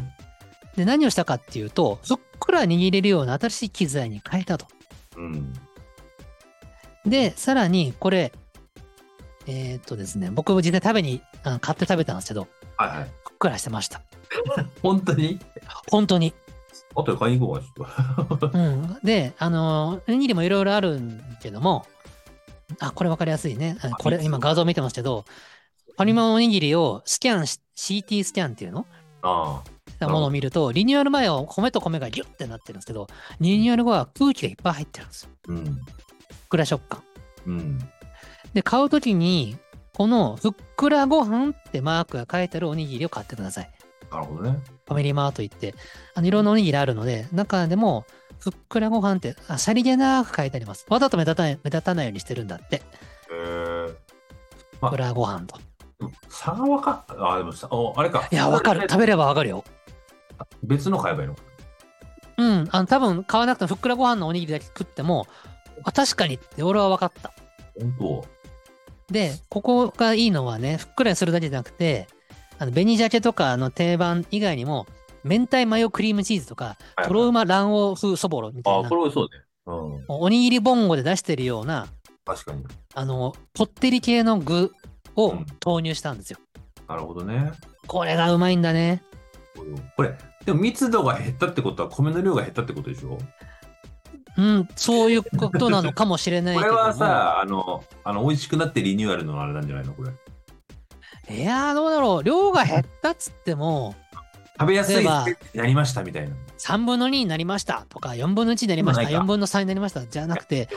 Speaker 1: で、何をしたかっていうと、ふっくら握れるような新しい機材に変えたと。
Speaker 2: うん。
Speaker 1: で、さらにこれ、えーっとですね、僕も実際食べに、あの買って食べたんですけど、
Speaker 2: はいはい。
Speaker 1: ふっくらしてました。
Speaker 2: 本当に
Speaker 1: 本当に。
Speaker 2: あとで買いに行こうか、ちょっと。 [laughs]
Speaker 1: うん、で、あのー、にでもいろいろあるんけども、あ、これ分かりやすいね。あこ
Speaker 2: いい
Speaker 1: れ、
Speaker 2: です
Speaker 1: 今画像見てますけど、ファミマおにぎりをスキャンし、CT スキャンっていうの
Speaker 2: あ
Speaker 1: なものを見ると、リニューアル前は米と米がギュッてなってるんですけど、リニューアル後は空気がいっぱい入ってるんですよ。
Speaker 2: あ。うん。
Speaker 1: ふっくら食感。
Speaker 2: うん。
Speaker 1: で、買うときに、このふっくらご飯ってマークが書いてあるおにぎりを買ってください。
Speaker 2: なるほどね。
Speaker 1: ファミリーマート行って、あのいろんなおにぎりあるので、中でも、ふっくらご飯って、あさりげなく書いてあります。わざと目立たない目立たないようにしてるんだって。
Speaker 2: えー、
Speaker 1: ふっくらご飯と。
Speaker 2: 差がわかあ、でもさ、おあれか。
Speaker 1: いや、わかる。食べればわかるよ。
Speaker 2: 別の買えばいいのか。
Speaker 1: うん。あの、多分買わなくても、ふっくらご飯のおにぎりだけ食っても、あ、確かにって俺は分かった。
Speaker 2: 本
Speaker 1: で、ここがいいのはね、ふっくらにするだけじゃなくて、あの、紅鮭とかの定番以外にも、明太マヨクリームチーズとか、
Speaker 2: 当。
Speaker 1: とろうま卵黄風そぼろみたい
Speaker 2: あ、
Speaker 1: な
Speaker 2: こ、れ美味しそうね。うん。
Speaker 1: おにぎりボンゴで出してるような、
Speaker 2: 確かに。
Speaker 1: あの、こってり系の具を
Speaker 2: うん
Speaker 1: 投入したんですよ。
Speaker 2: なるほどね。
Speaker 1: これがうまいんだね。
Speaker 2: これ、でも密度が減ったってことは米の量が減ったってことでしょ
Speaker 1: うん、そういうことなのかもしれない
Speaker 2: [laughs] こ
Speaker 1: け
Speaker 2: れ
Speaker 1: ども。
Speaker 2: はさ、あの、あの美味しくなってリニューアルのあれなんじゃないのこれ。
Speaker 1: いやー、どうだろう。量が減ったっつっても、
Speaker 2: 食べやすい
Speaker 1: 例えば
Speaker 2: になりましたみたいな。
Speaker 1: 3分の2になりましたとか、4分の1になりました、
Speaker 2: でもない
Speaker 1: 4
Speaker 2: か
Speaker 1: 分の3になりましたじゃなくて、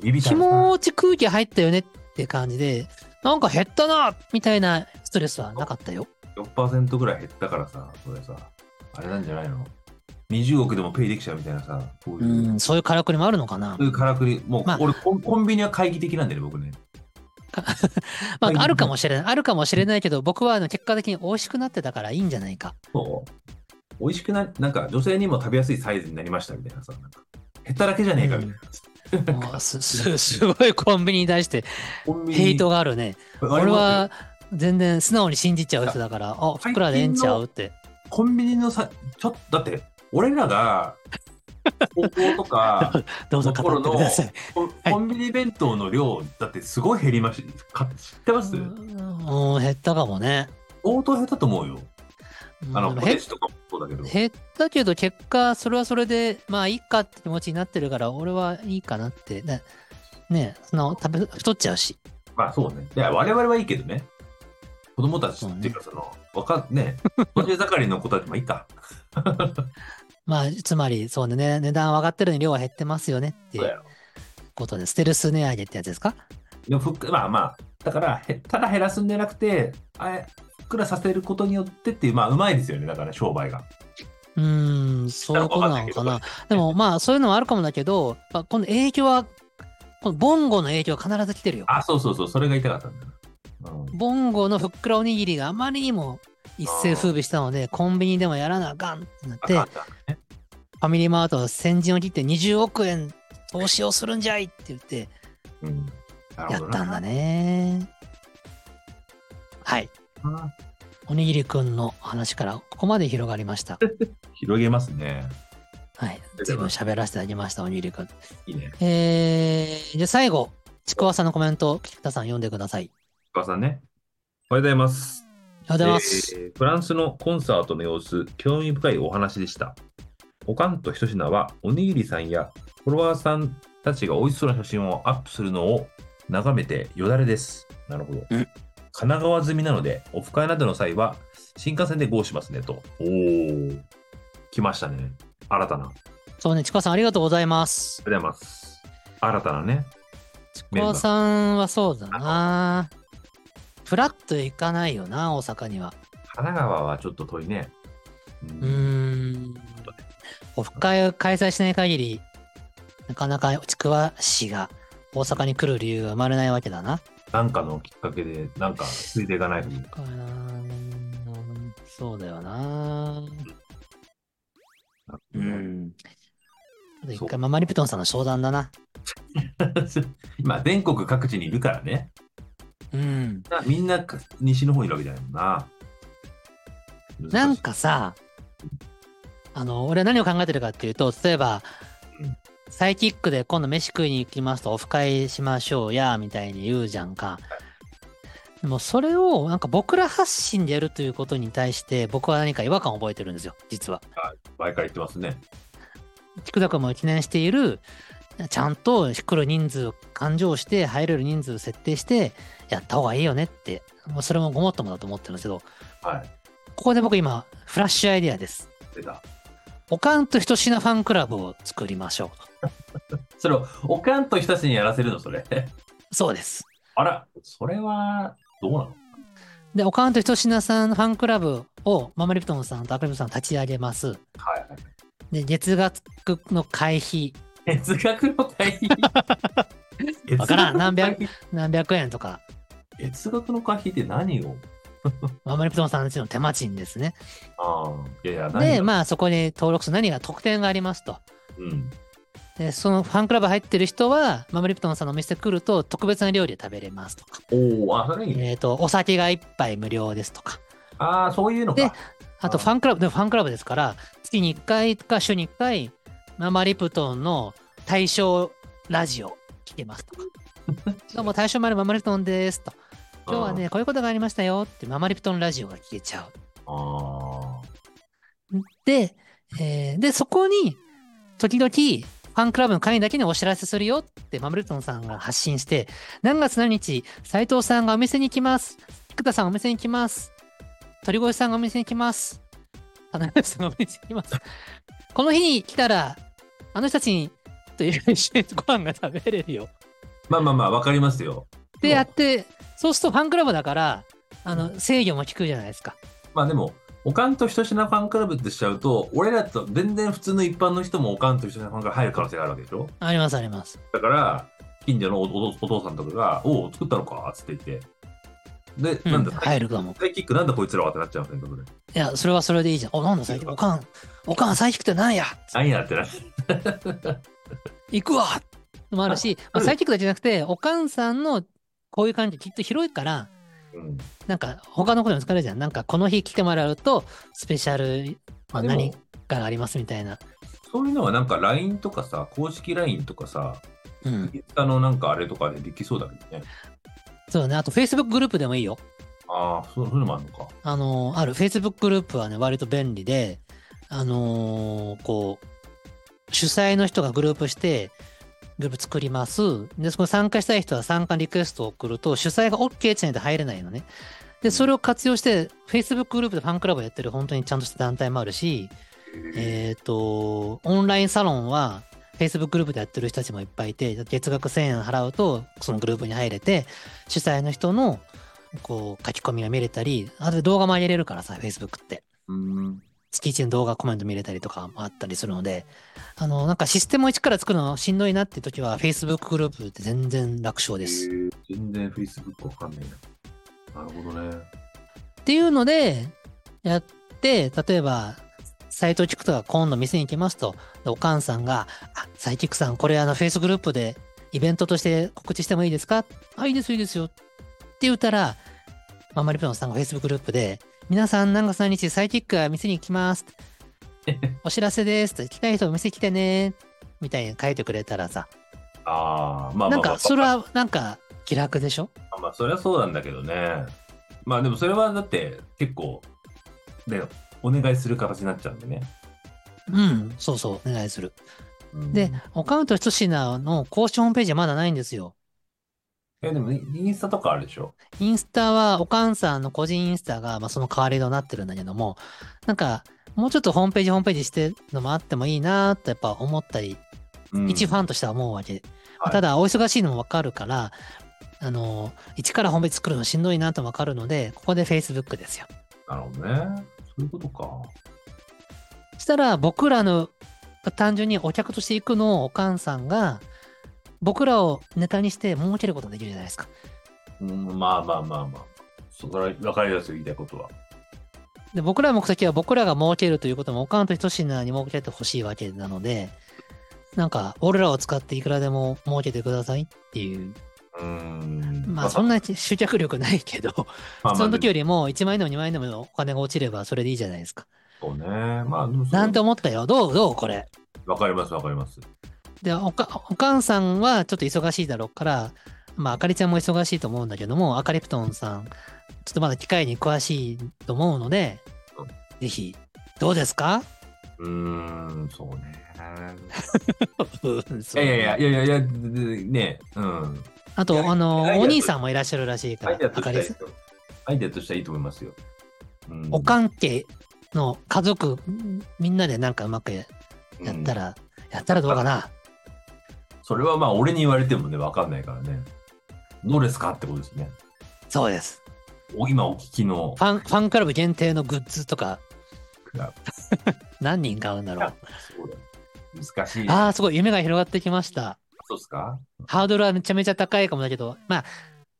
Speaker 2: ビビた
Speaker 1: 気
Speaker 2: るな
Speaker 1: 持ち空気入ったよねって感じで、なんか減ったなみたいなストレスはなかったよ。
Speaker 2: 4%ぐらい減ったからさ、それさ、あれなんじゃないの ?20 億でもペイできちゃうみたいなさ、こう
Speaker 1: う
Speaker 2: いう。
Speaker 1: ん、そういうからくりもあるのかな
Speaker 2: そう。いうからくり、もう、
Speaker 1: まあ
Speaker 2: 俺コン、コンビニは懐疑的なんだよね、僕ね。
Speaker 1: ま
Speaker 2: はい
Speaker 1: あ、あるかもしれない。あるかもしれないけど、僕はあの結果的に美味しくなってたからいいんじゃないか。
Speaker 2: そう。美味しくない、なんか女性にも食べやすいサイズになりましたみたいなさ、なんか、減っただけじゃねえかみたいな。
Speaker 1: もうすすすごいコンビニに対して
Speaker 2: コンビニ
Speaker 1: ヘイトがあるね。
Speaker 2: 俺
Speaker 1: 俺は全然素直に信じちゃう人だから、あ、ふっくらでええんちゃうって。
Speaker 2: コンビニのさ、ちょっと、だって、俺
Speaker 1: [laughs]
Speaker 2: らが、高校とか、
Speaker 1: どうぞ語ってください。
Speaker 2: コ
Speaker 1: [laughs]
Speaker 2: ンコンビニ弁当の量、だってすごい減りました。か知ってます
Speaker 1: うん、うん減ったかもね。
Speaker 2: 相当減ったと思うよ。
Speaker 1: うん
Speaker 2: あの、
Speaker 1: で
Speaker 2: ポ
Speaker 1: も減
Speaker 2: テ
Speaker 1: っ
Speaker 2: チとかもそうだけど。
Speaker 1: 減ったけど結果それはそれでまあいいかって気持ちになってるから俺はいいかなってねねその食べ太っちゃうし
Speaker 2: まあそうね。いや、我々はいいけどね。子供たちっていうか、その、わかん
Speaker 1: [laughs]
Speaker 2: ね、年盛りの子たちもいいか。
Speaker 1: まあつまりそうね値段は上がってるのに量は減ってますよねってい
Speaker 2: そう
Speaker 1: う
Speaker 2: やろ
Speaker 1: ことでステルス値上げってやつですか
Speaker 2: でもふっくまあまあ、だから、へただ減らすんじゃなくて、あれ、ふっくらさせることによってっていう、まあ、うまいですよね、だから商売が。
Speaker 1: うーんそういうことなのか
Speaker 2: な
Speaker 1: なんでもまあそういうのはあるかもだけど、まあ、この影響はこのボンゴの影響は必ず来てるよ
Speaker 2: あ、そうそうそう、それが言いたかったんだよな。うん
Speaker 1: ボンゴのふっくらおにぎりがあまりにも一世風靡したのでコンビニでもやらなあかんってなっ
Speaker 2: あ
Speaker 1: て
Speaker 2: 簡単ね
Speaker 1: ファミリーマートは先陣を切って20億円投資をするんじゃいって言って
Speaker 2: うんなる
Speaker 1: や
Speaker 2: ほど
Speaker 1: っ
Speaker 2: な
Speaker 1: たんだね。はい。
Speaker 2: あ
Speaker 1: おにぎりくんの話からここまで広がりました。
Speaker 2: 広げますね。
Speaker 1: はい
Speaker 2: りがとうございま。す
Speaker 1: 随分喋らせてあげました、おにぎりくん。
Speaker 2: いいね。
Speaker 1: えー、じゃあ最後、ちくわさんのコメントを菊田さん読んでください。
Speaker 2: お母さんね。おはようございます。
Speaker 1: ありがとうございます。
Speaker 2: えーフランスのコンサートの様子、興味深いお話でした。おかんとひと品は、おにぎりさんやフォロワーさんたちが美味しそうな写真をアップするのを眺めてよだれです。なるほど。神奈川済みなので、オフ会などの際は、新幹線で合しますねと。おー。来ましたね。新たな。ありがと
Speaker 1: そうね、ちくわさんありがとうございます
Speaker 2: う。ございます。新たなね。
Speaker 1: ちくわさんはそうだな。フラッと行かないよな、大阪には。
Speaker 2: 神奈川はちょっと遠いね。
Speaker 1: うーん。オフ会を開催しない限り、なかなかちくわ市が大阪に来る理由が生まれないわけだな。
Speaker 2: なんかのきっかけで、なんか、ついていかないと。
Speaker 1: うーんそうだよな。うん。一回ママリプトンさんの商談だな。
Speaker 2: [laughs] 今、全国各地にいるからね。
Speaker 1: うん。
Speaker 2: みんなか西の方いるわけじゃないもんな。
Speaker 1: なんかさ、あの、俺は何を考えてるかっていうと、例えば
Speaker 2: うん、
Speaker 1: サイキックで今度飯食いに行きますとオフ会しましょうや、みたいに言うじゃんか。でもそれをなんか僕ら発信でやるということに対して僕は何か違和感を覚えてるんですよ、実は。
Speaker 2: 毎回言ってますね。
Speaker 1: 菊田君も記念している、ちゃんと来る人数を勘定して、入れる人数を設定して、やった方がいいよねって、もうそれもごもっともだと思ってるんですけど、
Speaker 2: はい。
Speaker 1: ここで僕今、フラッシュアイデアです。
Speaker 2: 出た。
Speaker 1: おかんとひとしなファンクラブを作りましょ
Speaker 2: それを、おかんと親しにやらせるの、それ。 [laughs]
Speaker 1: う。そうです。
Speaker 2: あら、それは、どうなの
Speaker 1: で、おかんとひとしなさんのファンクラブを、ママリプトンさんとアクリプトンさん立ち上げます。
Speaker 2: はいはい。
Speaker 1: で、月額の会費、 [laughs]
Speaker 2: 月額の会費
Speaker 1: わからん何百
Speaker 2: 月額の会費
Speaker 1: 何百円とか、
Speaker 2: 月額の会費って何を
Speaker 1: ママリプトンさんちの手間賃ですね。
Speaker 2: ああ、いやいや、何
Speaker 1: で、
Speaker 2: が
Speaker 1: まあそこに登録する何が特典がありますと。
Speaker 2: うん。
Speaker 1: で、そのファンクラブ入ってる人は、ママリプトンさんのお店来ると特別な料理を食べれますとか、
Speaker 2: おお、あ、それいいね。
Speaker 1: えっ、と、お酒が一杯無料ですとか、
Speaker 2: ああ、そういうの
Speaker 1: で
Speaker 2: か。
Speaker 1: あと
Speaker 2: あ
Speaker 1: ファンクラブ、でもファンクラブですから、月に1回か週に1回、ママリプトンの対象ラジオ聞けますとか。どうも対象 [laughs] までママリプトンですと。今日はね、こういうことがありましたよって、ママリプトンラジオが聞けちゃう。
Speaker 2: うん。あ
Speaker 1: で、えーで、そこに、時々、ファンクラブの会員だけにお知らせするよって、マムルトンさんが発信して、何月何日、斉藤さんがお店に来ます。菊田さんがお店に来ます。鳥越さんがお店に来ます。田辺さんがお店に来ます。この日に来たら、あの人たちに、と一緒にご飯が食べれるよ。
Speaker 2: あ。まあまあまあ、わかりますよ。
Speaker 1: で、やって、そうするとファンクラブだから、あの、制御も効くじゃないですか。
Speaker 2: まあでも、おかんと人品ファンクラブってしちゃうと、俺らと全然普通の一般の人もおかんと人品ファンクラブ入る可能性があるわけでしょ
Speaker 1: あります、あります。
Speaker 2: だから、近所のおおお父さんとかが、おお、作ったのかつって言って。で、
Speaker 1: う
Speaker 2: なん
Speaker 1: ん、
Speaker 2: だ、
Speaker 1: 入るかも。
Speaker 2: サイキックなんだこいつらはってなっちゃうんだけどね。
Speaker 1: いや、それはそれでいいじゃん。お、なんだ最近、おかん、おかん最低ってなんや
Speaker 2: 何やってな。
Speaker 1: 行くわもあるし、
Speaker 2: あ
Speaker 1: まあ、最低だけじゃなくて、おかんさんのこういう感じきっと広いから、
Speaker 2: うん。
Speaker 1: なんか他のことにも使えるじゃん。なんかこの日来てもらうと、スペシャル、まあ、
Speaker 2: でも
Speaker 1: 何かがありますみたいな。
Speaker 2: そういうのはなんか LINE とかさ、公式 LINE とかさ、
Speaker 1: うん。
Speaker 2: インスタのなんかあれとかでできそうだけどね。
Speaker 1: そうだね。あと Facebook グループでもいいよ。
Speaker 2: ああ、そうそういうのもあるのか。
Speaker 1: あのーある Facebook グループはね、割と便利で、あのーこう、主催の人がグループして、グループ作ります。で、そこに参加したい人は参加リクエストを送ると、主催が OK ってしないと入れないのね。で、それを活用して、Facebook グループでファンクラブをやってる本当にちゃんとした団体もあるし、えっ、と、オンラインサロンは、Facebook グループでやってる人たちもいっぱいいて、月額1000円払うと、そのグループに入れて、主催の人の、こう、書き込みが見れたり、あと動画も上げれるからさ、Facebook って。
Speaker 2: うん。
Speaker 1: 月1の動画コメント見れたりとかもあったりするので、あの、なんかシステムを一から作るのしんどいなっていう時は、Facebook グループって全然楽勝です。
Speaker 2: へー全然 Facebook わかんないな。なるほどね。
Speaker 1: っていうので、やって、例えば、斉藤菊田が今度店に行きますと、でおかんさんが、あ、斉菊さん、これあの、フェイスグループでイベントとして告知してもいいですかあ、いいです、いいですよ。って言ったら、ママリプロンさんがフェイスグループで、皆さん、何月何日、サイキックが店に来ます。お知らせです。と来たい人、お店来てね。みたいに書いてくれたらさ、
Speaker 2: ああ、まあまあまあ、
Speaker 1: なんか、それは、なんか、気楽でしょ
Speaker 2: まあまあ、それはそうなんだけどね。まあでもそれはだって結構、ね、お願いする形になっちゃうんでね。
Speaker 1: うん、そうそう、お願いする。
Speaker 2: うん
Speaker 1: で、おかんとひとしなの公式ホームページはまだないんですよ。
Speaker 2: え、でもイインスタとかあるでしょ
Speaker 1: インスタは、おかんさんの個人インスタが、まあ、その代わりとなってるんだけども、なんか、もうちょっとホームページ、ホームページしてのもあってもいいなとやっぱ思ったり、
Speaker 2: うん
Speaker 1: 一ファンとしては思うわけ。
Speaker 2: はい
Speaker 1: ただ、お忙しいのもわかるから、あの、一からホームページ作るのしんどいなとわかるので、ここで Facebook ですよ。
Speaker 2: なるほどね。そういうことか。
Speaker 1: したら僕らの単純にお客として行くのをおかんさんが僕らをネタにして儲けることができるじゃないですか。
Speaker 2: うん、まあまあまあまあ。そこら分かりやすい言いたいことは。
Speaker 1: で僕らの目的は僕らが儲けるということもおかんとひとしなに儲けてほしいわけなのでなんか俺らを使っていくらでも儲けてくださいっていう
Speaker 2: うん。
Speaker 1: まあそんな集客力ないけど
Speaker 2: [laughs] まあ
Speaker 1: その時
Speaker 2: は。
Speaker 1: よりも1万円でも2万円でもお金が落ちればそれでいいじゃないですか。
Speaker 2: そうね。まあでもそれ
Speaker 1: なんて思ったよどうどうこれ
Speaker 2: わかりますわかります。
Speaker 1: でおか、おかんさんはちょっと忙しいだろうから、まあ、あかりちゃんも忙しいと思うんだけども、あかりプトンさん、ちょっとまだ機械に詳しいと思うので
Speaker 2: うん、 [laughs]
Speaker 1: ぜひ、どうですか
Speaker 2: うーん、そうね。
Speaker 1: [laughs] うん
Speaker 2: い
Speaker 1: そう
Speaker 2: やいやいやいやいや、ででね、うん。
Speaker 1: あ
Speaker 2: い
Speaker 1: と、
Speaker 2: や
Speaker 1: あの
Speaker 2: アイデア、と
Speaker 1: お兄さんもいらっしゃるらしいか
Speaker 2: ア
Speaker 1: ら
Speaker 2: イデア、と
Speaker 1: あか
Speaker 2: しては
Speaker 1: り
Speaker 2: いい
Speaker 1: さん。
Speaker 2: とアイデアとしてはいいと思いますよ。うん
Speaker 1: お関係の家族、みんなでなんかうまくやった、ら、やったらどうかな。
Speaker 2: うんそれはまあ、俺に言われてもね、わかんないからね。どうですかってことですね。
Speaker 1: そうです。
Speaker 2: お今お聞きの
Speaker 1: ファン、ファンクラブ限定のグッズとか、
Speaker 2: クラ
Speaker 1: [laughs] 何人買うんだろう。
Speaker 2: ブ。そうだ難しい。
Speaker 1: ああ、すごい、夢が広がってきました。
Speaker 2: そうですか
Speaker 1: ハードルはめちゃめちゃ高いかもだけど、まあ、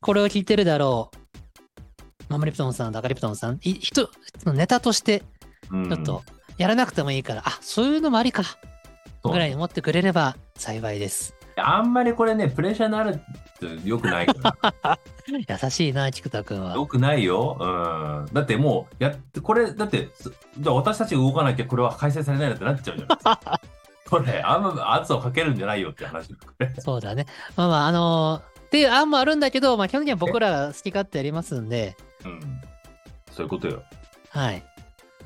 Speaker 1: これを聞いてるだろう。マムリプトンさん、ダカリプトンさん、い人、ネタとして、
Speaker 2: うん
Speaker 1: ちょっと、やらなくてもいいから、あ、そういうのもありか、
Speaker 2: そう
Speaker 1: ぐらいに思ってくれれば幸いです。
Speaker 2: あんまりこれね、プレッシャーになるってよくない
Speaker 1: [laughs]
Speaker 2: から。
Speaker 1: 優しいな、菊田くんは
Speaker 2: よ。くないよ。うん。だってもう、やって、これ、だって、すじゃあ私たちが動かなきゃこれは開催されないなってなっちゃうじゃないですか。
Speaker 1: [laughs]
Speaker 2: これ、あんま圧をかけるんじゃないよって話。これ
Speaker 1: そうだね。まあまあ、あのーっていう案もあるんだけど、まあ、基本的には僕らが好き勝手やりますんで、
Speaker 2: うん。そういうことよ。
Speaker 1: はい。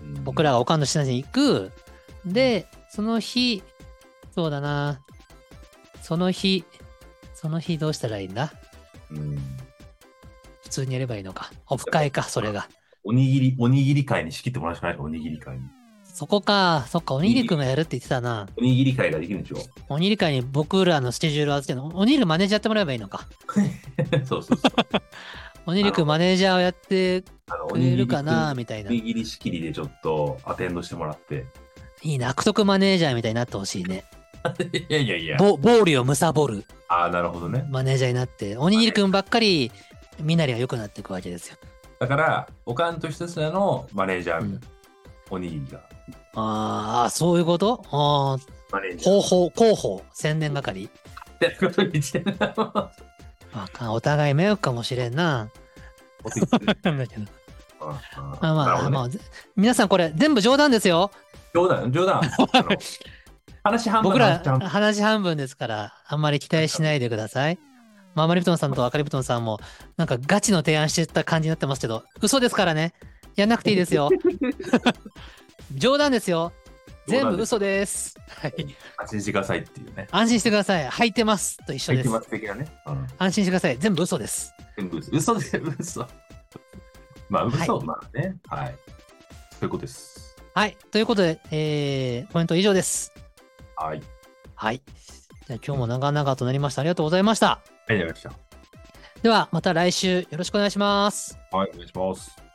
Speaker 2: うん
Speaker 1: 僕らがおかんの品に行く。で、その日、そうだな。その日、その日どうしたらいいんだ
Speaker 2: うん
Speaker 1: 普通にやればいいのか。オフ会か、それが。
Speaker 2: おにぎり、おにぎり会に仕切ってもらうしかないおにぎり会に。
Speaker 1: そこか。そっか、おにぎりくんがやるって言ってたな。
Speaker 2: おにぎり会ができるんでしょ [laughs]
Speaker 1: おにぎり会に僕らのスケジュールを預けるの。おにぎりマネージャーやってもらえばいいのか。
Speaker 2: そうそうそう。
Speaker 1: おにぎりくんマネージャーをやって
Speaker 2: あの
Speaker 1: くれるか
Speaker 2: お
Speaker 1: な
Speaker 2: に
Speaker 1: みたいな。
Speaker 2: ぎりお
Speaker 1: い
Speaker 2: にぎり仕切りでちょっとアテンドしてもらって。
Speaker 1: いな。悪徳マネージャーみたいになってほしいね。
Speaker 2: いやいやいや。
Speaker 1: ぼ暴利を貪る
Speaker 2: ああ、なるほどね。
Speaker 1: マネージャーになって、おにぎりくんばっかり、身なりが良くなっていくわけですよ。
Speaker 2: だから、おかんと一つのマネージャーみたいな、おにぎりが。
Speaker 1: ああ、そういうことああ、
Speaker 2: マネージャー。
Speaker 1: 広報、広報、宣伝係。
Speaker 2: ってことにしてるな。
Speaker 1: まあ、お互い迷惑かもしれんな。なんだけど。
Speaker 2: ま
Speaker 1: まあまあ、ま
Speaker 2: あ。
Speaker 1: あ、ぜ皆さんこれ全部冗談ですよ。
Speaker 2: 冗談、冗談。
Speaker 1: [laughs]
Speaker 2: あの話半分
Speaker 1: 僕ら
Speaker 2: 話半分
Speaker 1: 話半分ですから、あんまり期待しないでください。マーマリプトンさんとアカリプトンさんも、なんかガチの提案してた感じになってますけど、嘘ですからね。やんなくていい [laughs] ですよ。冗談ですよ。全部嘘です。はい。
Speaker 2: 安心してくださいっていうね。
Speaker 1: 安心してください。履いてます。と一緒で
Speaker 2: 敵
Speaker 1: す。
Speaker 2: 末的なね。うん
Speaker 1: 安心してください。全部嘘です。
Speaker 2: 全部嘘。嘘で、嘘。まあ、嘘、
Speaker 1: はい
Speaker 2: まあね。はい。そういうことです。
Speaker 1: はい。ということで、えー、コメント以上です。
Speaker 2: はい。
Speaker 1: はい。じゃあ今日も長々となりました。ありがとうございました。
Speaker 2: ありがとうございま
Speaker 1: では、また来週よろしくお願いします。
Speaker 2: した。はい、お願いします。